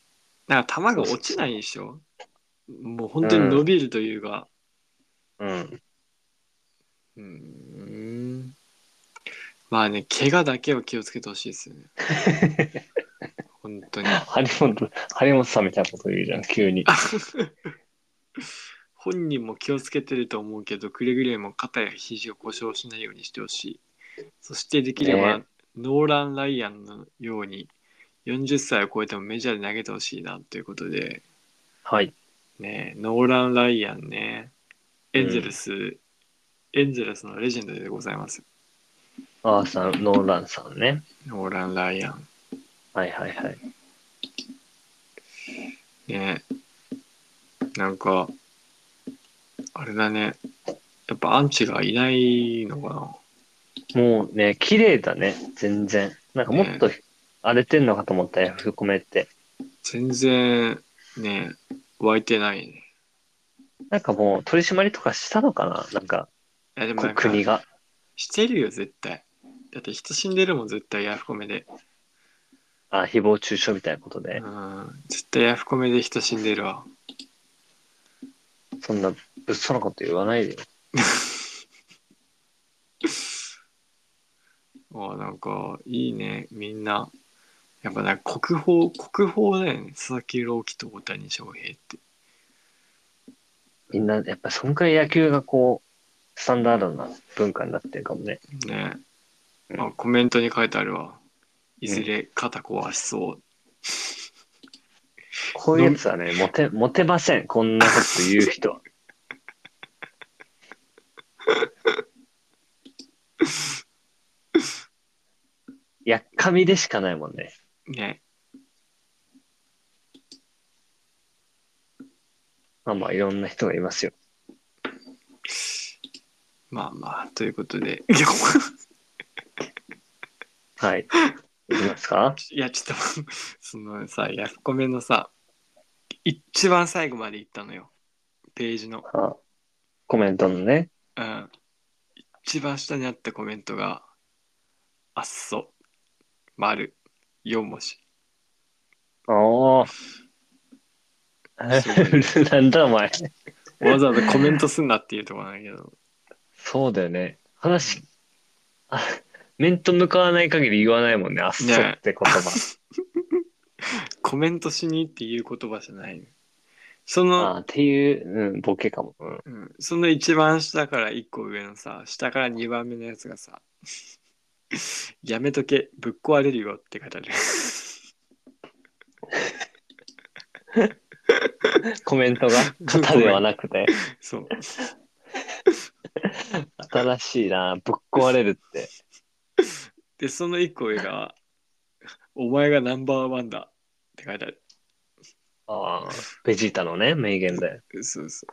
Speaker 1: なんか球が落ちないでしょもう本当に伸びるというか。
Speaker 2: うん。
Speaker 1: うーん。まあね、怪我だけは気をつけてほしいですよね。本当に。
Speaker 2: 張本、張本さんみたいなこと言うじゃん、急に。
Speaker 1: 本人も気をつけてると思うけど、くれぐれも肩や肘を故障しないようにしてほしい。そしてできれば、
Speaker 2: ね
Speaker 1: ノーラン・ライアンのように40歳を超えてもメジャーで投げてほしいなということで、
Speaker 2: はい。
Speaker 1: ね、ノーラン・ライアンね、エンゼルス、エンゼルスのレジェンドでございます。
Speaker 2: あーさん、ノーランさんね。
Speaker 1: ノーラン・ライアン。
Speaker 2: はいはいはい。
Speaker 1: ねなんか、あれだね、やっぱアンチがいないのか
Speaker 2: もうね、綺麗だね、全然。なんかもっと荒れてんのかと思った、ヤフコメって。
Speaker 1: な。全然、ね、湧いてないね。
Speaker 2: なんかもう取り締まりとかしたのかななんか、
Speaker 1: いやでも
Speaker 2: こ
Speaker 1: なんか
Speaker 2: 国が。
Speaker 1: してるよ絶対だって人死んでるもん絶対ヤフコメで
Speaker 2: あ、誹謗中傷みたいなことで
Speaker 1: う。ん絶対ヤフコメで人死んでるわ
Speaker 2: そんな物騒なこと言わないでよ。
Speaker 1: あなんかいいねみんなやっぱなんか国宝国宝だよね佐々木朗希と大谷翔平って
Speaker 2: みんな、やっぱそんくらい野球がこう、スタンダードな文化になってるかもね。
Speaker 1: ね、
Speaker 2: うん
Speaker 1: あコメントに書いてあるわいずれ肩壊しそう、
Speaker 2: こういうやつはね、モテ、モテません。こんなこと言う人は。やっかみでしかないもんね。
Speaker 1: ね
Speaker 2: まあまあ、いろんな人がいますよ。
Speaker 1: まあまあということ で
Speaker 2: はい。いきますか
Speaker 1: いやちょっとそのさヤフコメのさ一番最後まで行ったのよページの
Speaker 2: あコメントのね。
Speaker 1: うん一番下にあったコメントが「あっそ」「丸4文字
Speaker 2: ああ。なんだお前。
Speaker 1: わざわざコメントすんなっていうところなんだけど
Speaker 2: そうだよね。話、あ面と向かわない限り言わないもんね。あっそって言葉。
Speaker 1: コメントしにっていう言葉じゃないそ
Speaker 2: あ
Speaker 1: の、
Speaker 2: ーっていう、うん、ボケかも。うん、
Speaker 1: うん、その一番下から1個上のさ下から2番目のやつがさ 「やめとけぶっ壊れるよ」って書いてある
Speaker 2: コメントが型ではなくて、
Speaker 1: そう
Speaker 2: 新しいな。ぶっ壊れるって。
Speaker 1: でその一個上が「お前がナンバーワンだ」って書いてある
Speaker 2: ああ。ベジータのね、名言だよ。
Speaker 1: そうそう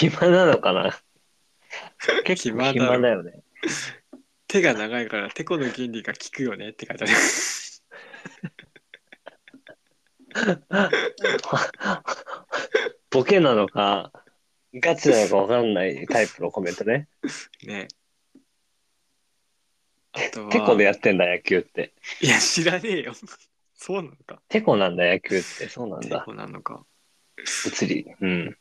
Speaker 2: 暇なのか な結構
Speaker 1: 暇だろ
Speaker 2: 暇だよね。
Speaker 1: 手が長いからてこの原理が効くよねって書いてある
Speaker 2: ボケなのか、ガチなのかわかんないタイプのコメントね。
Speaker 1: ねあとは
Speaker 2: テコでやってんだ、野球って。
Speaker 1: いや知らねえよそうなのか
Speaker 2: テコなんだ、野球って。そうなん
Speaker 1: て
Speaker 2: だ。
Speaker 1: こなのか
Speaker 2: 物理。うん。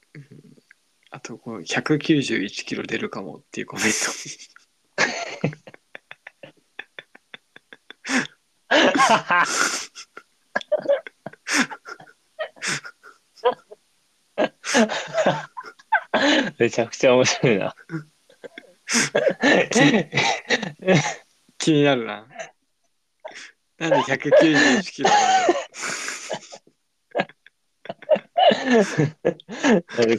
Speaker 1: あとこの191キロ出るかもっていうコメント
Speaker 2: めちゃくちゃ面白いな。
Speaker 1: 気になるななんで191キロなんだろう
Speaker 2: で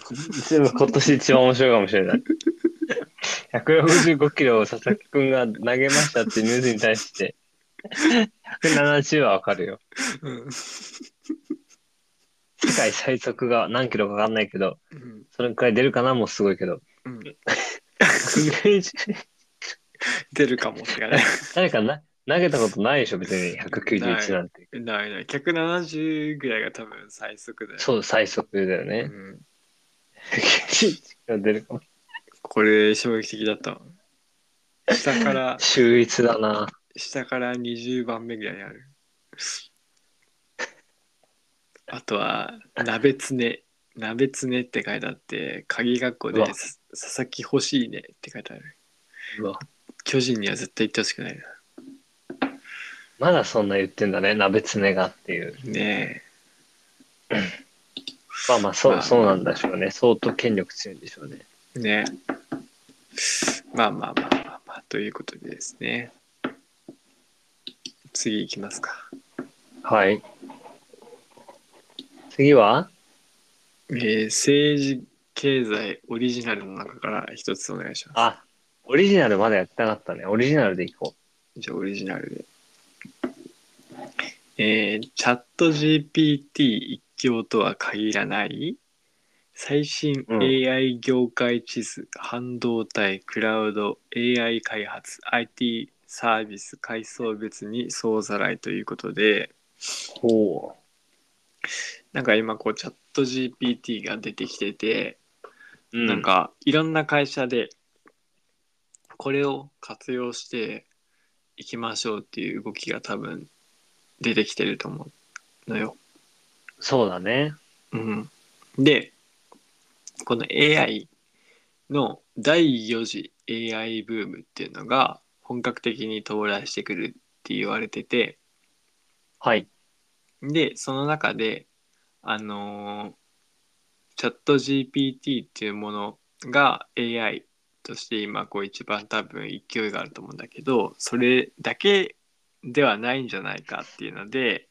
Speaker 2: も今年一番面白いかもしれない。165キロを佐々木くんが投げましたってニュースに対して、170はわかるよ。
Speaker 1: うん
Speaker 2: 世界最速が何キロかわかんないけど、
Speaker 1: うん
Speaker 2: それくらい出るかなもうすごいけど。
Speaker 1: うん
Speaker 2: 190
Speaker 1: 出るかもって書いてある
Speaker 2: 誰かな投げたことないでしょ、別に191なんて。
Speaker 1: ないない170ぐらいが多分最速だよ
Speaker 2: そう、最速だよね。
Speaker 1: うん
Speaker 2: 191が出るかも。
Speaker 1: これ衝撃的だったわ下から
Speaker 2: 秀逸だな。
Speaker 1: 下から20番目ぐらいにあるあとは「鍋つね」「鍋つね」って書いてあって鍵学校
Speaker 2: う
Speaker 1: で
Speaker 2: わ
Speaker 1: さ「佐々木欲しいね」って書いてある
Speaker 2: うわ
Speaker 1: 巨人には絶対行ってほしくないな
Speaker 2: まだそんな言ってんだね、鍋つねがっていう。
Speaker 1: ね
Speaker 2: まあまあ、そ
Speaker 1: まあ
Speaker 2: う、そうなんでしょうね。相当権力強いんでしょうね。
Speaker 1: えねえまあまあまあまあまあということでですね次行きますか
Speaker 2: はい。次は
Speaker 1: えー政治経済オリジナルの中から一つお願いします
Speaker 2: あ、オリジナルまだやってなかったね。オリジナルでいこ
Speaker 1: じゃあオリジナルで。えー、チャット GPT 一強とは限らない最新
Speaker 2: うん
Speaker 1: AI 業界地図、半導体、クラウド、AI 開発、IT サービス、階層別に総ざらいということで、
Speaker 2: う。ほ
Speaker 1: なんか今こうチャット GPT が出てきてて、
Speaker 2: う。
Speaker 1: なん、かいろんな会社でこれを活用していきましょうっていう動きが多分出てきてると思うのよ。
Speaker 2: そうだね。
Speaker 1: うん、でこの AI の第4次 AI ブームっていうのが本格的に到来してくるって言われてて、
Speaker 2: はい。
Speaker 1: で、その中で、あのーチャット GPT っていうものが AI として今こう一番多分勢いがあると思うんだけど、それだけではないんじゃないかっていうので、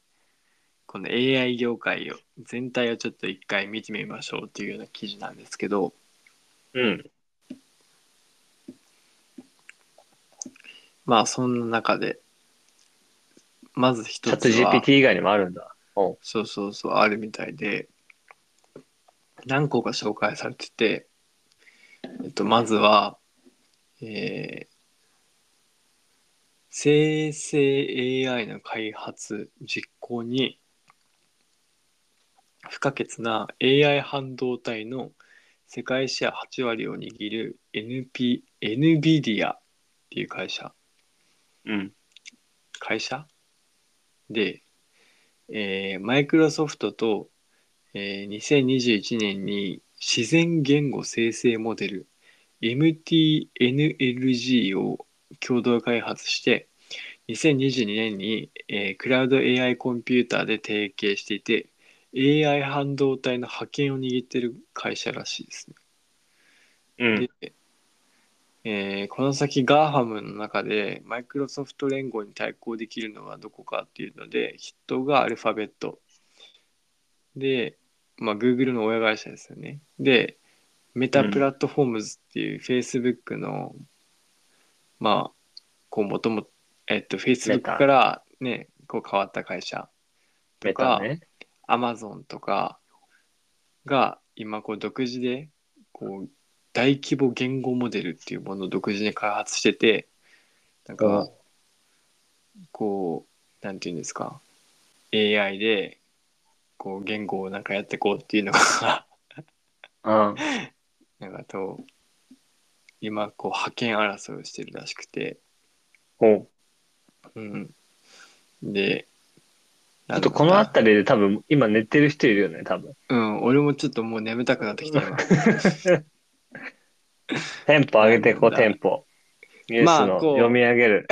Speaker 1: この AI 業界を全体をちょっと一回見てみましょうっていうような記事なんですけど、
Speaker 2: うん。
Speaker 1: まあそんな中で、まず
Speaker 2: チ
Speaker 1: 一
Speaker 2: ャッ
Speaker 1: つ
Speaker 2: ト
Speaker 1: は。
Speaker 2: GPT 以外にもあるんだ。
Speaker 1: そうそうそうあるみたいで何個か紹介されてて、えっと、まずは、えー生成 AI の開発実行に不可欠な AI 半導体の世界シェア8割を握る NP NVIDIA っていう会社
Speaker 2: うん。
Speaker 1: 会社で、えーマイクロソフトと、えー2021年に自然言語生成モデル MTNLG を共同開発して2022年に、えークラウド AI コンピューターで提携していて AI 半導体の覇権を握ってる会社らしいですね。
Speaker 2: うん。
Speaker 1: で、えーこの先 GAFAM の中でマイクロソフト連合に対抗できるのはどこかっていうので筆頭がアルファベットで、まあ、Google の親会社ですよね。で、メタプラットフォームズっていう Facebook の、まあ、こう、もとも、えっと、
Speaker 2: メ
Speaker 1: Facebook
Speaker 2: タ
Speaker 1: からね、こう変わった会社と
Speaker 2: メ
Speaker 1: か
Speaker 2: タ、ね。
Speaker 1: Amazon とかが今こう独自でこう大規模言語モデルっていうものを独自に開発しててなん
Speaker 2: うん
Speaker 1: かこうなんていうんですか AI でこう言語をなんかやっていこうっていうのが
Speaker 2: うん。
Speaker 1: なんかと今こう派遣争いをしてるらしくて、
Speaker 2: ほう。
Speaker 1: うん、で
Speaker 2: ちょっとこの
Speaker 1: あ
Speaker 2: 辺りで多分、今寝てる人いるよね、多分。
Speaker 1: うん俺もちょっともう眠たくなってきた今。
Speaker 2: テンポ上げてこう、
Speaker 1: なんだ
Speaker 2: テンポ。ニュース
Speaker 1: まあ
Speaker 2: の
Speaker 1: こう
Speaker 2: 読み上げる。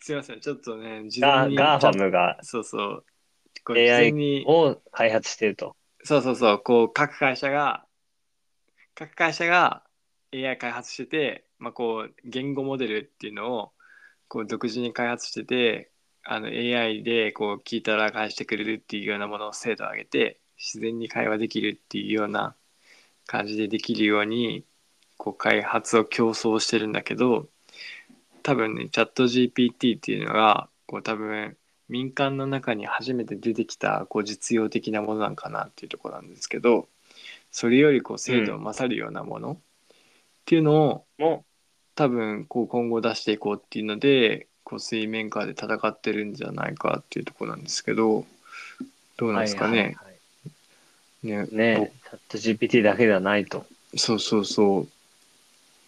Speaker 1: すいません、ちょっとね、事
Speaker 2: ガ
Speaker 1: 前
Speaker 2: ー
Speaker 1: に。
Speaker 2: ガーファムが、
Speaker 1: そうそう。これ事
Speaker 2: AI
Speaker 1: 前に、
Speaker 2: を開発してると。
Speaker 1: そうそうそう、こう、各会社が、各会社が AI 開発してて、まあ、こう、言語モデルっていうのを、こう、独自に開発してて、あの、AI で、こう、聞いたら返してくれるっていうようなものを精度を上げて、自然に会話できるっていうような感じでできるように、こう、開発を競争してるんだけど、多分ね、チャット GPT っていうのが、こう、多分、民間の中に初めて出てきたこう実用的なものなんかなっていうところなんですけどそれよりこう精度を勝るようなものっていうのを
Speaker 2: も
Speaker 1: 多分こう今後出していこうっていうのでこう水面下で戦ってるんじゃないかっていうところなんですけどどう
Speaker 2: う、
Speaker 1: なんですか
Speaker 2: はいはい
Speaker 1: ね。
Speaker 2: はい
Speaker 1: ね
Speaker 2: ねチャット GPT だけではないと。
Speaker 1: おそうそうそう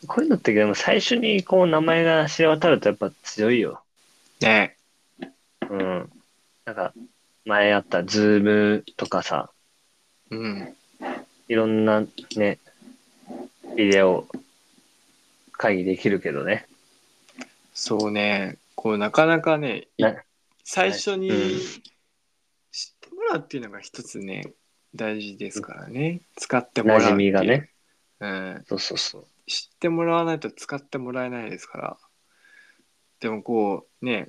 Speaker 2: こういうのってでも最初にこう名前が知れ渡るとやっぱ強いよ。
Speaker 1: ね
Speaker 2: うん。なんか前あったズームとかさ、
Speaker 1: うん
Speaker 2: いろんなね、ビデオ会議できるけどね。
Speaker 1: そうねこうなかなかねい
Speaker 2: な
Speaker 1: 最初に
Speaker 2: うん
Speaker 1: 知ってもらうっていうのが一つね大事ですからね使ってもらうっ
Speaker 2: 馴
Speaker 1: ていう
Speaker 2: 染みがね。
Speaker 1: うん、
Speaker 2: そうそうそう。
Speaker 1: 知ってもらわないと使ってもらえないですからでもこうね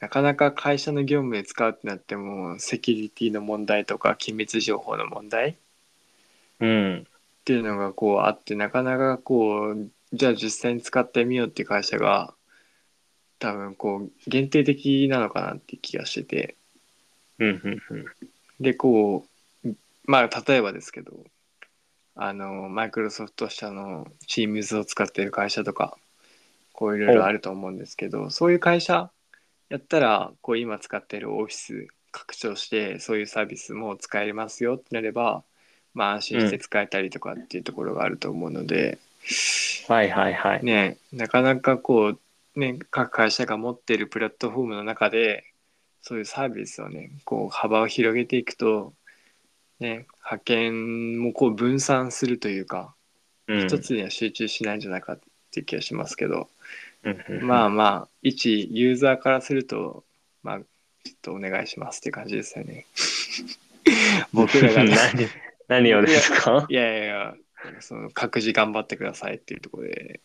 Speaker 1: なかなか会社の業務で使うってなってもセキュリティの問題とか機密情報の問題っ
Speaker 2: うん。
Speaker 1: ていうのがこうあってなかなかこうじゃあ実際に使ってみようって会社が多分こう限定的なのかなって気がしてて。
Speaker 2: うんうんうん。
Speaker 1: でこうまあ例えばですけどあのマイクロソフト社の Teams を使っている会社とかこういろいろあると思うんですけどそういう会社やったらこう今使っているオフィス拡張してそういうサービスも使えますよってなれば、まあ、安心して使えたりとかっていうところがあると思うので、
Speaker 2: はいはいはい。
Speaker 1: ねなかなかこう、ね、各会社が持っているプラットフォームの中でそういうサービスをねこう幅を広げていくと、ね、派遣もこう分散するというか
Speaker 2: うん
Speaker 1: 一つには集中しないんじゃないかっていう気がしますけど、
Speaker 2: うんうんうん
Speaker 1: まあまあ一ユーザーからするとまあちょっとお願いしますって感じですよ ね。僕らがね
Speaker 2: 何何をですか
Speaker 1: いやいやいやその各自頑張ってくださいっていうところで、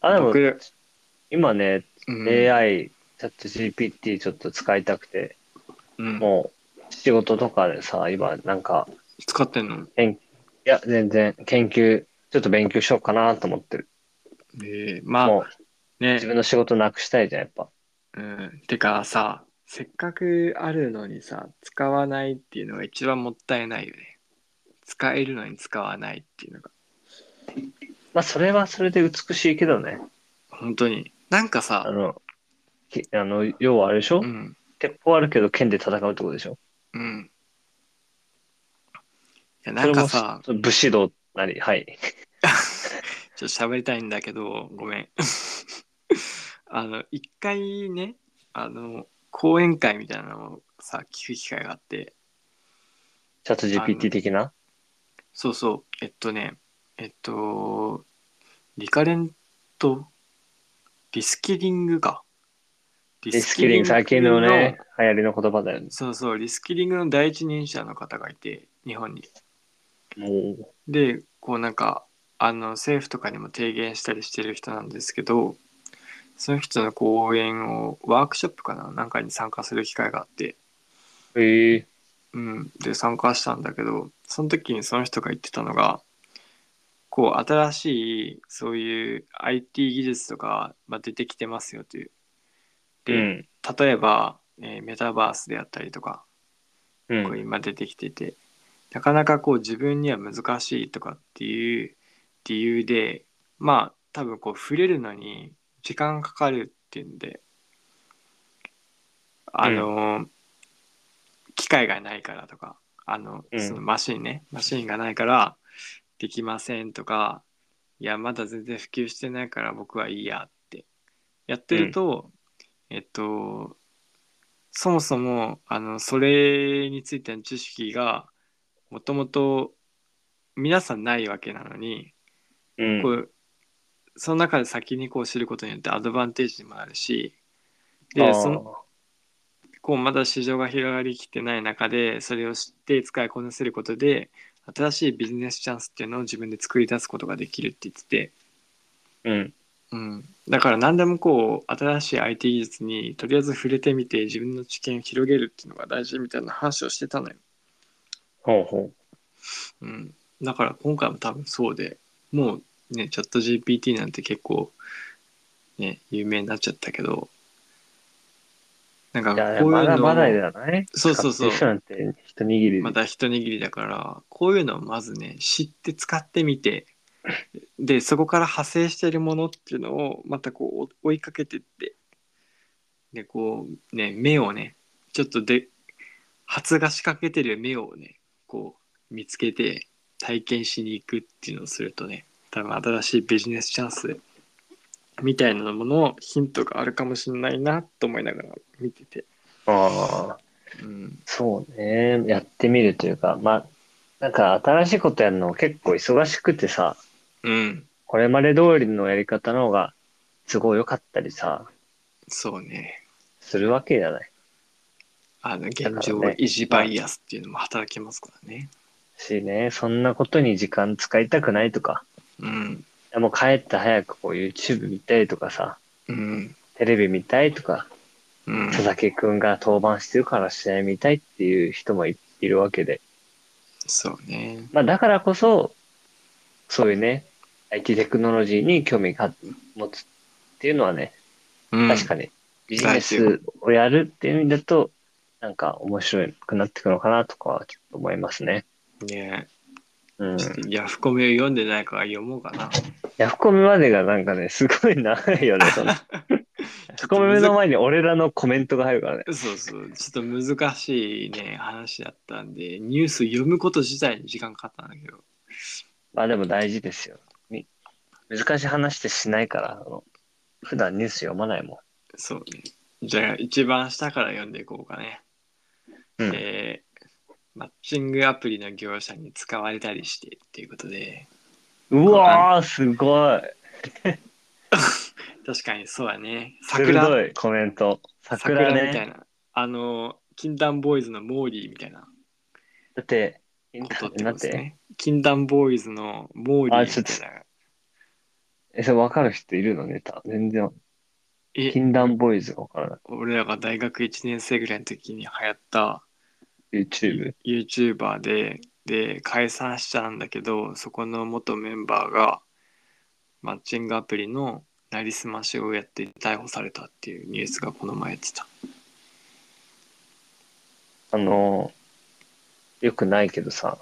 Speaker 2: あ、でも
Speaker 1: 僕ら
Speaker 2: 今ね、
Speaker 1: うん
Speaker 2: AI、チャット GPT ちょっと使いたくて、
Speaker 1: うん
Speaker 2: もう仕事とかでさ、今なんか、
Speaker 1: 使ってんの
Speaker 2: いや、全然研究、ちょっと勉強しようかなと思ってる。
Speaker 1: ええまあ
Speaker 2: もう
Speaker 1: ね
Speaker 2: 自、分の仕事なくしたいじゃん、やっぱ。
Speaker 1: うん、てかさせっかくあるのにさ使わないっていうのが一番もったいないよね使えるのに使わないっていうのが
Speaker 2: まあ、それはそれで美しいけどね。
Speaker 1: 本当になんか
Speaker 2: あ
Speaker 1: さ
Speaker 2: の、きあの要はあれでしょ、
Speaker 1: うん
Speaker 2: 鉄砲あるけど剣で戦うってことでしょ
Speaker 1: うんいやなんかさ
Speaker 2: それも武士道なり、はい。
Speaker 1: ちょっと喋りたいんだけどごめん あの一回ねあの講演会みたいなのをさ聞く機会があって
Speaker 2: チャット
Speaker 1: あの
Speaker 2: GPT 的な。
Speaker 1: そうそうえっとねえっとリカレントリスキリングかリ
Speaker 2: リスキリング、最近のね、流行りの言葉だよね。
Speaker 1: そうそうリスキリングの第一人者の方がいて日本に
Speaker 2: も
Speaker 1: でこうなんかあの政府とかにも提言したりしてる人なんですけどその人の講演をワークショップかななんかに参加する機会があって
Speaker 2: う、えー、
Speaker 1: うん、で参加したんだけどその時にその人が言ってたのがこう新しいそういう IT 技術とか、まあ、出てきてますよという。
Speaker 2: う
Speaker 1: で、
Speaker 2: ん。
Speaker 1: 例えば、えーメタバースであったりとか
Speaker 2: う。
Speaker 1: こうん今出てきてて、なかなかこう自分には難しいとかっていう理由でまあ多分こう触れるのに時間かかるっていうんであの、機械がないからとかあの、
Speaker 2: うん
Speaker 1: そのマシンねマシンがないからできませんとかいやまだ全然普及してないから僕はいいやってやってると、えっとそもそもあのそれについての知識がもともと皆さんないわけなのに、
Speaker 2: うん
Speaker 1: こ。うその中で先にこう知ることによってアドバンテージにもなるし
Speaker 2: あ
Speaker 1: で
Speaker 2: ー
Speaker 1: そのこうまだ市場が広がりきってない中でそれを知って使いこなせることで新しいビジネスチャンスっていうのを自分で作り出すことができるって言ってて、
Speaker 2: うん。
Speaker 1: うん、だから何でもこう新しい IT 技術にとりあえず触れてみて自分の知見を広げるっていうのが大事みたいな話をしてたのよ。
Speaker 2: ほうほ
Speaker 1: うん、だから今回も多分そうでもうねチャット GPT なんて結構ね有名になっちゃったけどなんか
Speaker 2: う。いや、
Speaker 1: こういうの
Speaker 2: まだまだだね。
Speaker 1: そうそうそう
Speaker 2: 使ってる人なんて一握り
Speaker 1: ま
Speaker 2: で。
Speaker 1: た一握りだからこういうのをまずね知って使ってみてでそこから派生しているものっていうのをまたこう追いかけてってでこうね目をねちょっとで発芽しかけてる目をねこう見つけて体験しに行くっていうのをするとね多分新しいビジネスチャンスみたいなもののヒントがあるかもしれないなと思いながら見てて。
Speaker 2: ああ。
Speaker 1: うん、
Speaker 2: そうね。やってみるというか、まあ、なんか新しいことやるの結構忙しくてさ、
Speaker 1: うん、
Speaker 2: これまで通りのやり方の方が都合良かったりさ、
Speaker 1: そうね。
Speaker 2: するわけじゃない
Speaker 1: あの現
Speaker 2: からね
Speaker 1: 状維持バイアスっていうのも働きますからね。
Speaker 2: しね、そんなことに時間使いたくないとか、
Speaker 1: うん。
Speaker 2: いやもう帰って早くこう YouTube 見たいとかさ、
Speaker 1: うん。
Speaker 2: テレビ見たいとか、
Speaker 1: うん。
Speaker 2: 佐々木くんが登板してるから試合見たいっていう人もいいるわけで。
Speaker 1: そうね。
Speaker 2: まあだからこそ、そういうね、IT テクノロジーに興味が持つっていうのはね、
Speaker 1: うん、
Speaker 2: 確か
Speaker 1: に。
Speaker 2: に。ビジネスをやるっていう意味だと、なんか面白くなってくのかなとかはちょっと思いますね。
Speaker 1: ね
Speaker 2: うん。
Speaker 1: ちょっとヤフコメを読んでないから読もうかな。
Speaker 2: ヤフコメまでがなんかね、すごい長いよね、 その。ヤフコメの前に俺らのコメントが入るからね。
Speaker 1: そうそう。ちょっと難しいね、話だったんで、ニュース読むこと自体に時間かかったんだけど。
Speaker 2: まあでも大事ですよ。み難しい話ってしないから、あの普段ニュース読まないも
Speaker 1: そうね。じゃあ、一番下から読んでいこうかね。
Speaker 2: ん。うん。
Speaker 1: えーマッチングアプリの業者に使われたりしてっていうことで、
Speaker 2: うわー、すごい。
Speaker 1: 確かにそうやね。桜
Speaker 2: 鋭いコメント。
Speaker 1: 桜
Speaker 2: 桜
Speaker 1: みたい
Speaker 2: ね。
Speaker 1: な。あの、禁断ボーイズのモーリーみたいな
Speaker 2: だって、
Speaker 1: ことって
Speaker 2: だ
Speaker 1: ことで
Speaker 2: っ
Speaker 1: す
Speaker 2: て、
Speaker 1: ね。禁断ボーイズのモーリー
Speaker 2: あ
Speaker 1: み
Speaker 2: ちょっと
Speaker 1: たいな。
Speaker 2: え、それ分かる人いるのネタ。全然。
Speaker 1: え、
Speaker 2: 禁断ボーイズが分からない。
Speaker 1: 俺らが大学1年生ぐらいの時に流行った
Speaker 2: YouTube。
Speaker 1: YouTuber で、で、解散しちゃうんだけど、そこの元メンバーが、マッチングアプリのなりすましをやって逮捕されたっていうニュースがこの前やってた。
Speaker 2: あのー、よくないけどさ。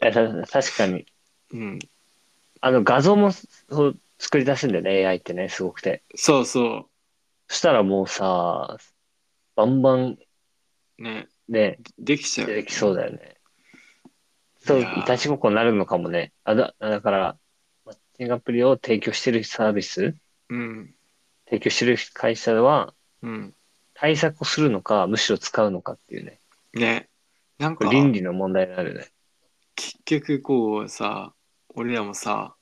Speaker 2: えた確かに。
Speaker 1: うん。
Speaker 2: あの、画像もそう作り出すんだよね、AI ってね、すごくて。
Speaker 1: そうそ
Speaker 2: そしたらもうさ、バンバン
Speaker 1: う。ね。
Speaker 2: ね、
Speaker 1: できちゃうよ
Speaker 2: 出
Speaker 1: ね。
Speaker 2: てきそうだよね。そう、
Speaker 1: い
Speaker 2: い
Speaker 1: やー
Speaker 2: たちごっこになるのかもね。あだだから、マッチングアプリを提供してるサービス、
Speaker 1: うん。
Speaker 2: 提供してる会社は、
Speaker 1: うん。
Speaker 2: 対策をするのか、むしろ使うのかっていうね。
Speaker 1: ね。なん
Speaker 2: こ
Speaker 1: か
Speaker 2: れ、倫理の問題になるね。
Speaker 1: 結局こうさ俺らもさ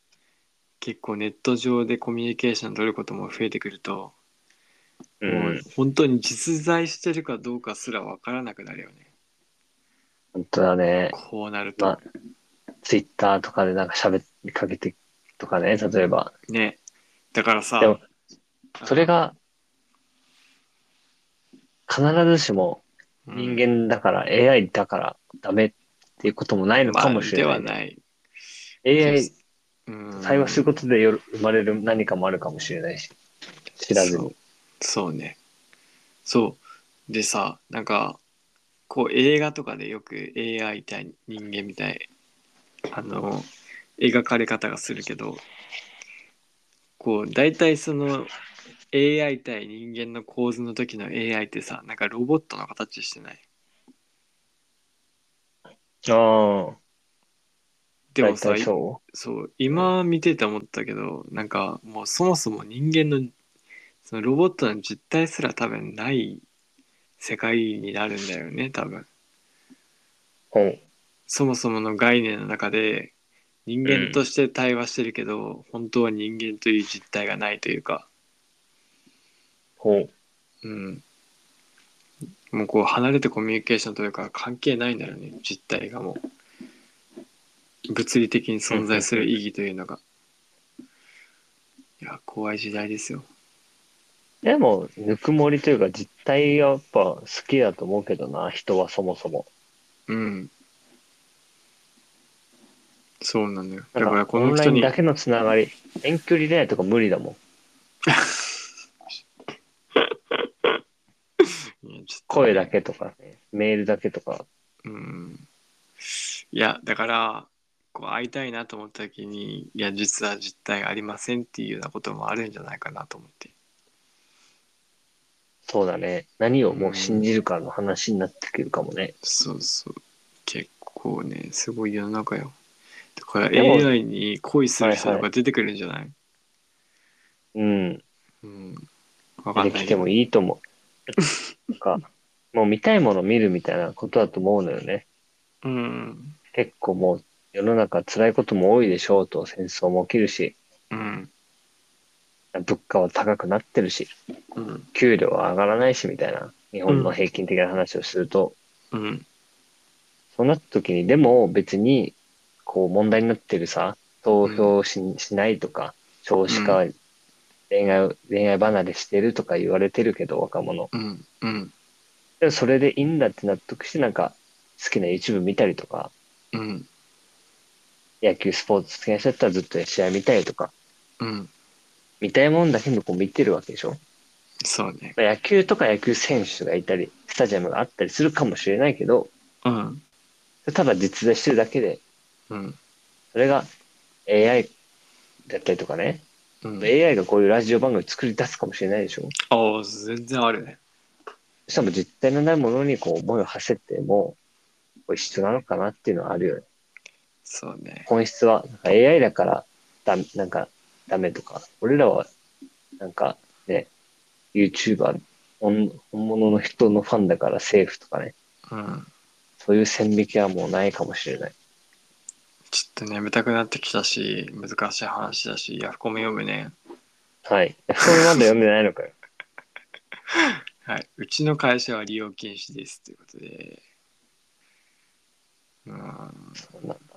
Speaker 1: 結構ネット上でコミュニケーション取ることも増えてくると、もう本当に実在してるかどうかすら分からなくなるよね
Speaker 2: 本当だね。
Speaker 1: こうなると、
Speaker 2: まあ、ツイッターとかでなんか喋りかけてとかね、例えば。
Speaker 1: ねだからさ
Speaker 2: でもそれが、必ずしも人間だから AI だからダメっていうこともないのかもしれない。
Speaker 1: まあ、ではない。
Speaker 2: AI
Speaker 1: うん
Speaker 2: 対話することでよる生まれる何かもあるかもしれないし、知らずに。
Speaker 1: そうね。そう。でさ、なんか、こう映画とかでよく AI 対人間みたい、あの、描かれ方がするけど、こう、大体その AI 対人間の構図の時の AI ってさ、なんかロボットの形してない。
Speaker 2: ああ、
Speaker 1: でもさ、
Speaker 2: 大体そ
Speaker 1: そう今見てて思ったけどなんかもうそもそも人間のそのロボットの実態すら多分ない世界になるんだよね多分
Speaker 2: う。はい。
Speaker 1: そもそもの概念の中で人間として対話してるけど、本当は人間という実態がないというか、
Speaker 2: ほう。
Speaker 1: うん、もうこう離れてコミュニケーションというか関係ないんだよね実態がもう物理的に存在する意義というのがいや怖い時代ですよ
Speaker 2: でも、ぬくもりというか、実態がやっぱ好きだと思うけどな、人はそもそも。
Speaker 1: うん。そうなんだよ。
Speaker 2: な
Speaker 1: だ
Speaker 2: ん
Speaker 1: からこ
Speaker 2: オン
Speaker 1: の
Speaker 2: ラ
Speaker 1: 人
Speaker 2: イン
Speaker 1: に
Speaker 2: だ、けのつながり、遠距離恋愛とか無理だもん。
Speaker 1: いやちょっと
Speaker 2: 声だけとかね、メールだけとか。
Speaker 1: うん。いや、だから、こう会いたいなと思った時に、いや、実は実態ありませんっていうようなこともあるんじゃないかなと思って。
Speaker 2: そうだね。何をもう信じるかの話になってくるかもね。
Speaker 1: そうそう。結構ね、すごい世の中よ。だから
Speaker 2: でも
Speaker 1: AI に恋する人とか出てくるんじゃない、
Speaker 2: うん。
Speaker 1: うん。わか
Speaker 2: で
Speaker 1: んない
Speaker 2: きて
Speaker 1: けど。
Speaker 2: もいいと思う。なんか、もう見たいもの見るみたいなことだと思うのよね。
Speaker 1: うん。
Speaker 2: 結構もう世の中辛いことも多いでしょうと、戦争も起きるし、
Speaker 1: うん。
Speaker 2: 物価は高くなってるし、
Speaker 1: うん。
Speaker 2: 給料は上がらないしみたいな、日本の平均的な話をすると、
Speaker 1: うん。
Speaker 2: そうなった時に、でも別に、こう問題になってるさ、投票し,、しないとか、少子化、恋愛、恋愛離れしてるとか言われてるけど、若者。
Speaker 1: うん。うん。
Speaker 2: でもそれでいいんだって納得して、なんか、好きな YouTube 見たりとか、
Speaker 1: うん。
Speaker 2: 野球スポーツ好きな人だったらずっと試合見たりとか、
Speaker 1: うん。
Speaker 2: 見たいもんだけでこう見てるわけでしょ。
Speaker 1: そうね。
Speaker 2: 野球とか野球選手がいたり、スタジアムがあったりするかもしれないけど、
Speaker 1: うん。
Speaker 2: ただ実在してるだけで、
Speaker 1: うん。
Speaker 2: それが AI だったりとかね、
Speaker 1: うん、
Speaker 2: AI がこういうラジオ番組作り出すかもしれないでしょ
Speaker 1: ああ、全然あるね。
Speaker 2: そしたらもう実体のないものにこう思いを馳せても、これ必要なのかなっていうのはあるよね。
Speaker 1: そうね。
Speaker 2: 本質は、なんか AI だからだ、なんかダメとか、俺らは、なんかね、YouTuber、本本物の人のファンだからセーフとかね、
Speaker 1: うん。
Speaker 2: そういう線引きはもうないかもしれない。
Speaker 1: ちょっと眠たくなってきたし、難しい話だし、ヤフコメ読むね。
Speaker 2: はい。それまだ読んでないのかよ。
Speaker 1: はい。うちの会社は利用禁止ですということで。うん。
Speaker 2: そうなんだ。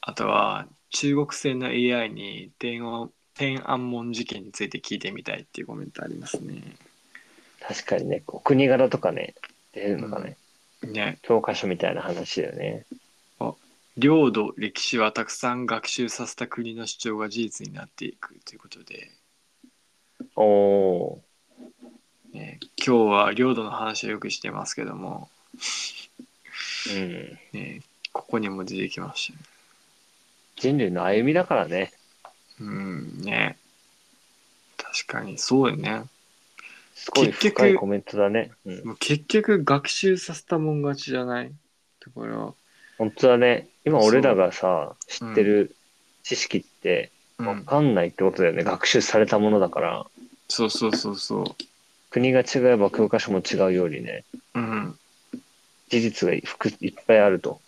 Speaker 1: あとは、中国船の AI に天安天安門事件について聞いてみたいっていうコメントありますね。
Speaker 2: 確かにね、お国柄とかね、出るのかね、
Speaker 1: ね。
Speaker 2: 教科書みたいな話だよね。
Speaker 1: 領土、歴史はたくさん学習させた国の主張が事実になっていくということで。
Speaker 2: おおー。
Speaker 1: ね、今日は領土の話をよくしてますけども、
Speaker 2: うん、
Speaker 1: ね、ここにも出てきましたね。
Speaker 2: 人類の歩みだからね
Speaker 1: うんね。確かにそうよね。
Speaker 2: すごい
Speaker 1: 結局
Speaker 2: 深いコメントだね、うん、
Speaker 1: もう結局学習させたもん勝ちじゃないだから、
Speaker 2: 本当だね今
Speaker 1: そう
Speaker 2: 俺らがさ知ってる知識って
Speaker 1: う
Speaker 2: 分
Speaker 1: ん、
Speaker 2: かんないってことだよね、学習されたものだから
Speaker 1: そうそうそうそ
Speaker 2: 国が違えば教科書も違うようにね
Speaker 1: う。うん。
Speaker 2: 事実がい複いっぱいあると、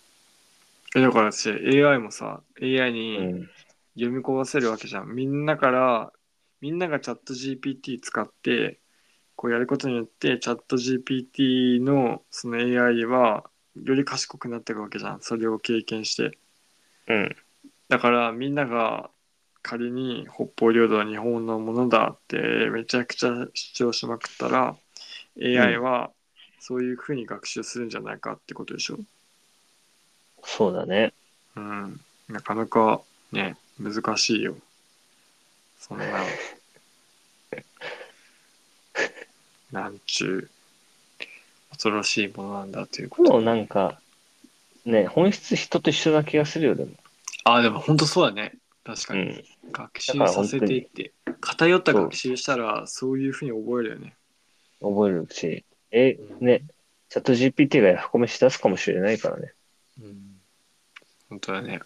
Speaker 1: えだから私 AI もさ、AI
Speaker 2: う
Speaker 1: に
Speaker 2: ん、
Speaker 1: 読み込ませるわけじゃん。みんなから、みんながチャット GPT 使って、こうやることによってチャット GPT のその AI はより賢くなっていくわけじゃん。それを経験して。
Speaker 2: うん、
Speaker 1: だからみんなが仮に北方領土は日本のものだってめちゃくちゃ主張しまくったら AI はそういうふうに学習するんじゃないかってことでしょ。
Speaker 2: そうだね。
Speaker 1: うん、なかなかね、難しいよ。そん な、なんちゅう、恐ろしいものなんだというこ
Speaker 2: もう
Speaker 1: と。
Speaker 2: なんか、ね、本質人と一緒な気がするよ、でも。
Speaker 1: あ、でも本当そうだね。確
Speaker 2: う
Speaker 1: かに。
Speaker 2: ん。
Speaker 1: 学習させていって、偏った学習したら、そういうふうに覚えるよね。
Speaker 2: 覚えるし。え、ね、チャット GPT がヤフコメしだすかもしれないからね。
Speaker 1: うん。本当だね。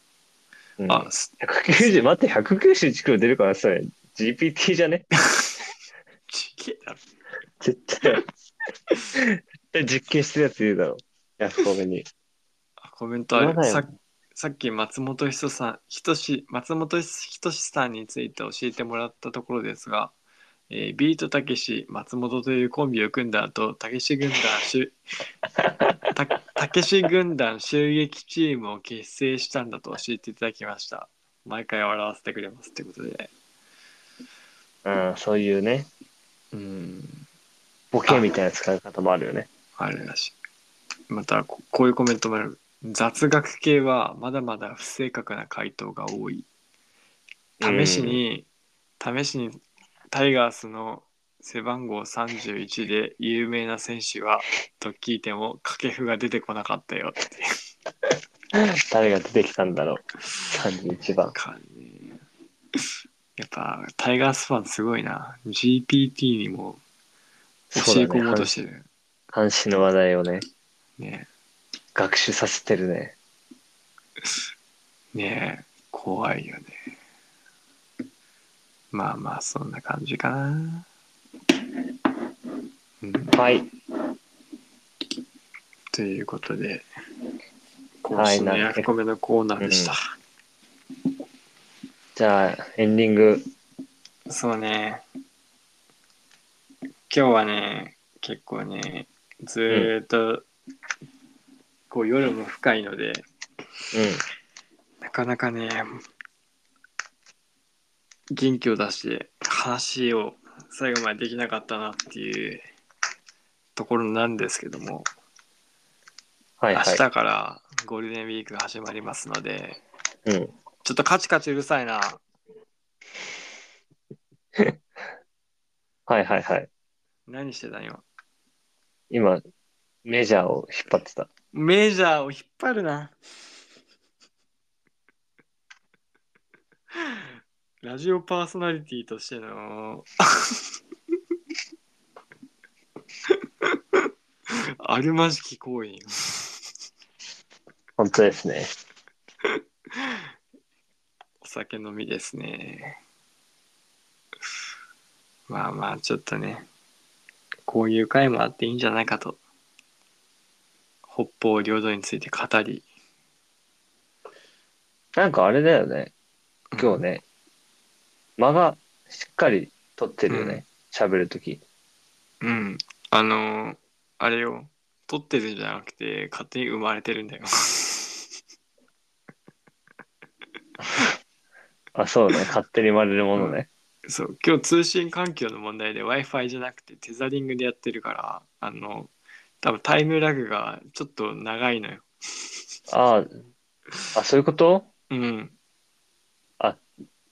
Speaker 2: うん、
Speaker 1: あ、す
Speaker 2: 190、待って、191キロ出るからさ、GPT じ ゃね
Speaker 1: ちげえだろ
Speaker 2: 絶対。絶対実験してるやついるだろ。ヤフコメに。
Speaker 1: あコメントあ
Speaker 2: 言わ
Speaker 1: る。
Speaker 2: ないよ
Speaker 1: ささっき松本人志さん、ひとし、松本人志さんについて教えてもらったところですが、えービートたけし、松本というコンビを組んだ後、たけし軍団し ゅた、たけし軍団襲撃チームを結成したんだと教えていただきました。毎回笑わせてくれますということで。
Speaker 2: うん、そういうね、
Speaker 1: うん。
Speaker 2: ボケみたいな使い方もあるよね。
Speaker 1: あれらしい。またこ、こういうコメントもある。雑学系はまだまだ不正確な回答が多い。試しに、試しにタイガースの背番号31で有名な選手はと聞いても掛布が出てこなかったよっていう
Speaker 2: 誰が出てきたんだろう。31番。
Speaker 1: 感じ。やっぱタイガースファンすごいな。GPT にも教え込もうとしてる。
Speaker 2: 監視の話題をね、
Speaker 1: ね
Speaker 2: 学習させてるね。
Speaker 1: ねえ、怖いよね。まあまあ、そんな感じかな。うん
Speaker 2: はい。
Speaker 1: ということで、今
Speaker 2: はい
Speaker 1: 週のヤフコメのコーナーでした。
Speaker 2: じゃあ、エンディング。
Speaker 1: そうね。今日はね、結構ね、ずーっと、こう夜も深いので、なかなかね、元気を出して話を最後までできなかったなっていうところなんですけども、
Speaker 2: うん。はい
Speaker 1: 明
Speaker 2: は
Speaker 1: 日からゴールデンウィークが始まりますので、
Speaker 2: い。うん。
Speaker 1: ちょっとカチカチうるさいな。
Speaker 2: はいはいはい。
Speaker 1: 何してたんよ。
Speaker 2: 今、メジャーを引っ張ってた。
Speaker 1: メジャーを引っ張るな。ラジオパーソナリティとしてのあるまじき行為
Speaker 2: 本当ですね。
Speaker 1: お酒飲みですねまあまあちょっとねこういう回もあっていいんじゃないかと北方領土について語り
Speaker 2: なんかあれだよね。今日ね、間がしっかり取ってるよね。喋、るとき。
Speaker 1: うん。あのーあれよ。撮ってるんじゃなくて、勝手に生まれてるんだよ。
Speaker 2: あ、そう ね。勝手に生まれるものね。
Speaker 1: そう、今日通信環境の問題で Wi-Fi じゃなくてテザリングでやってるから、あの、多分タイムラグがちょっと長いのよ。
Speaker 2: ああ、あ、そういうこと
Speaker 1: うん。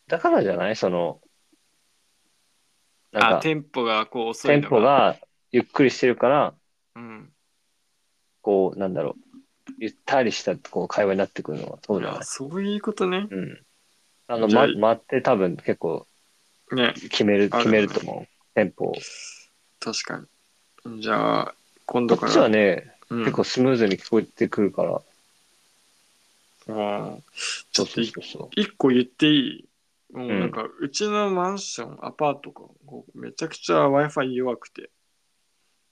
Speaker 2: だからじゃないその、なん
Speaker 1: あ、
Speaker 2: か、
Speaker 1: テンポがこう遅
Speaker 2: テ
Speaker 1: い
Speaker 2: ン
Speaker 1: の
Speaker 2: ポ
Speaker 1: が。
Speaker 2: がゆっくりしてるから、
Speaker 1: うん。
Speaker 2: こう、なんだろう。ゆったりしたこう会話になってくるのはそうじゃない
Speaker 1: あそういうことね。
Speaker 2: うん。あの、
Speaker 1: じゃあ
Speaker 2: ま、待って多分結構
Speaker 1: ね、
Speaker 2: 決める、
Speaker 1: あ
Speaker 2: 決めると思う。テンポを。
Speaker 1: 確かに。じゃあ、今
Speaker 2: こ
Speaker 1: 度か
Speaker 2: っ
Speaker 1: ら。
Speaker 2: ちはね、
Speaker 1: うん、
Speaker 2: 結構スムーズに聞こえてくるから。
Speaker 1: うんちょっと
Speaker 2: そう
Speaker 1: 一
Speaker 2: そうそう。
Speaker 1: 一個言っていいもううんなんか、うちのマンション、アパートか、こうめちゃくちゃ Wi-Fi 弱くて。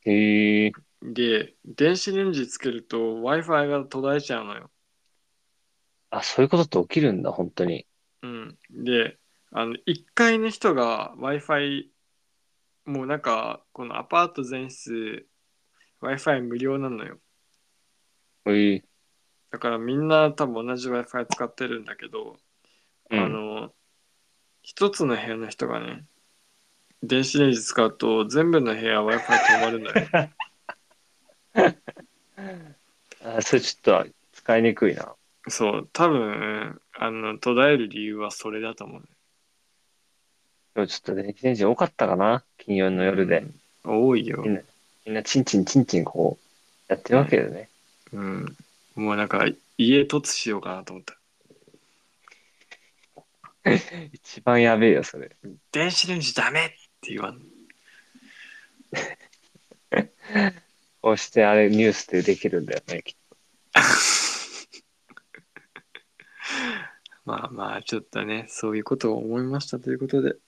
Speaker 2: へえ。
Speaker 1: で、電子レンジつけると Wi-Fi が途絶えちゃうのよ。
Speaker 2: あ、そういうことって起きるんだ、本当に。
Speaker 1: うん。で、あの、1階の人が Wi-Fi、もうなんか、このアパート全室、Wi-Fi 無料なのよ。
Speaker 2: へえ。
Speaker 1: だからみんな多分同じ Wi-Fi 使ってるんだけど、
Speaker 2: う
Speaker 1: あ
Speaker 2: ん。
Speaker 1: の、一つの部屋の人がね、電子レンジ使うと全部の部屋 Wi-Fi 止まるのよ。
Speaker 2: あそれちょっと使いにくいな。
Speaker 1: そう、多分、あの、途絶える理由はそれだと思うね。
Speaker 2: 今日ちょっと電気電池多かったかな金曜の夜で。
Speaker 1: 多いよ。
Speaker 2: みんなチンチンチンチンこうやってるわけだよね。
Speaker 1: うん。もうなんか、家突しようかなと思った。
Speaker 2: 一番やべえよ、それ。
Speaker 1: 電子レンジダメって言わん。
Speaker 2: こうしてあれニュースでできるんだよね。きっ
Speaker 1: まあまあ、ちょっとね、そういうことを思いましたということで。
Speaker 2: と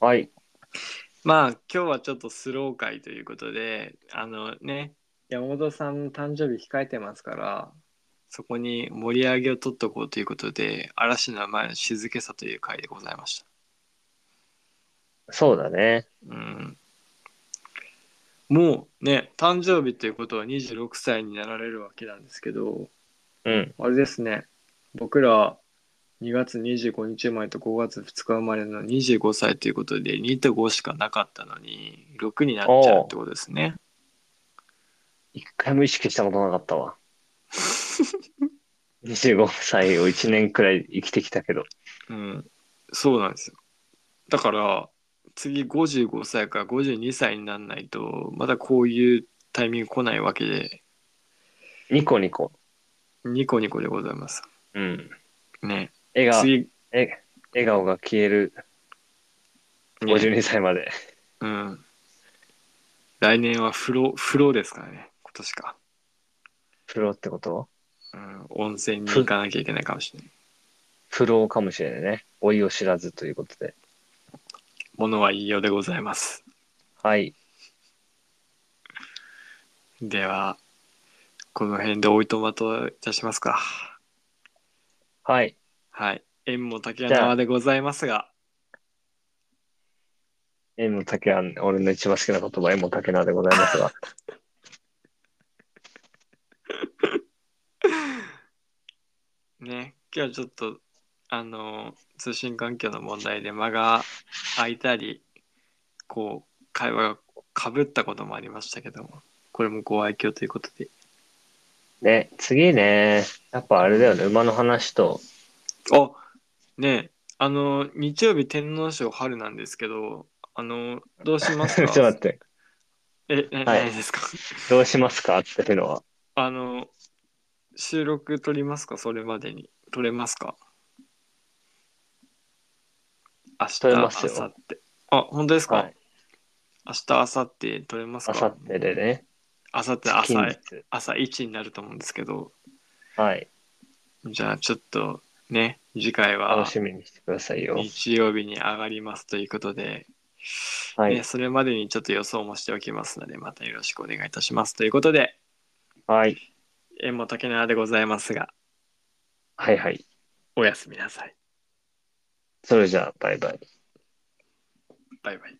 Speaker 2: はい。
Speaker 1: まあ、今日はちょっとスロー会ということで、あのね、山本さんの誕生日控えてますから、そこに盛り上げを取っとこうということで、嵐の前の静けさという回でございました。
Speaker 2: そうだね。
Speaker 1: うん。もうね、誕生日ということは26歳になられるわけなんですけど、
Speaker 2: うん。
Speaker 1: あれですね、僕ら2月25日生まれと5月2日生まれの25歳ということで、2と5しかなかったのに、6になっちゃうってことですね。
Speaker 2: 一回も意識したことなかった わ。25歳を1年くらい生きてきたけど。
Speaker 1: うん、そうなんですよ。だから、次55歳か52歳にならないと、まだこういうタイミング来ないわけで、
Speaker 2: ニコニコ。
Speaker 1: ニコニコでございます。
Speaker 2: うん。
Speaker 1: ね。
Speaker 2: 笑顔、
Speaker 1: 次、
Speaker 2: え笑顔が消える52歳まで。
Speaker 1: うん。来年は風呂、風呂ですからね、今年か。
Speaker 2: プロってこと
Speaker 1: うん、温泉に行かなきゃいけないかもしれない。
Speaker 2: 不老かもしれないね。老いを知らずということで。
Speaker 1: ものは言いようでございます。
Speaker 2: はい。
Speaker 1: では、この辺でおいとまといたしますか。
Speaker 2: はい。
Speaker 1: はい。縁も竹縄でございますが、
Speaker 2: 縁も竹は、俺の一番好きな言葉、縁も竹なんでございます が。
Speaker 1: ね、今日ちょっと、あの、通信環境の問題で間が空いたり、こう、会話がかぶったこともありましたけども、これもご愛嬌ということで。
Speaker 2: ね、次ね、やっぱあれだよね、馬の話と、
Speaker 1: あねえあの、日曜日天皇賞春なんですけど、あの、どうしま
Speaker 2: ちょ
Speaker 1: す
Speaker 2: っと
Speaker 1: か
Speaker 2: 待って、
Speaker 1: え、な
Speaker 2: はい
Speaker 1: 何ですか
Speaker 2: どうしますかっていうのは。
Speaker 1: あの、収録取りますかそれまでに。取れますか明日、
Speaker 2: 取れ
Speaker 1: 明
Speaker 2: ます
Speaker 1: 後
Speaker 2: よ
Speaker 1: 日。あ、本当ですか、
Speaker 2: はい。
Speaker 1: 明日、明後日取れます
Speaker 2: あさ
Speaker 1: か
Speaker 2: ってでね、
Speaker 1: 明後日
Speaker 2: 近
Speaker 1: 朝
Speaker 2: 日。
Speaker 1: 朝1になると思うんですけど、
Speaker 2: はい。
Speaker 1: じゃあちょっとね、次回は
Speaker 2: 楽しみにしてくださいよ。
Speaker 1: 日曜日に上がりますということで、
Speaker 2: はい
Speaker 1: ね、それまでにちょっと予想もしておきますので、またよろしくお願いいたしますということで、
Speaker 2: はい。
Speaker 1: 縁も竹縄でございますが、
Speaker 2: はいはい。
Speaker 1: おやすみなさい。
Speaker 2: それじゃあ、バイバイ。
Speaker 1: バイバイ。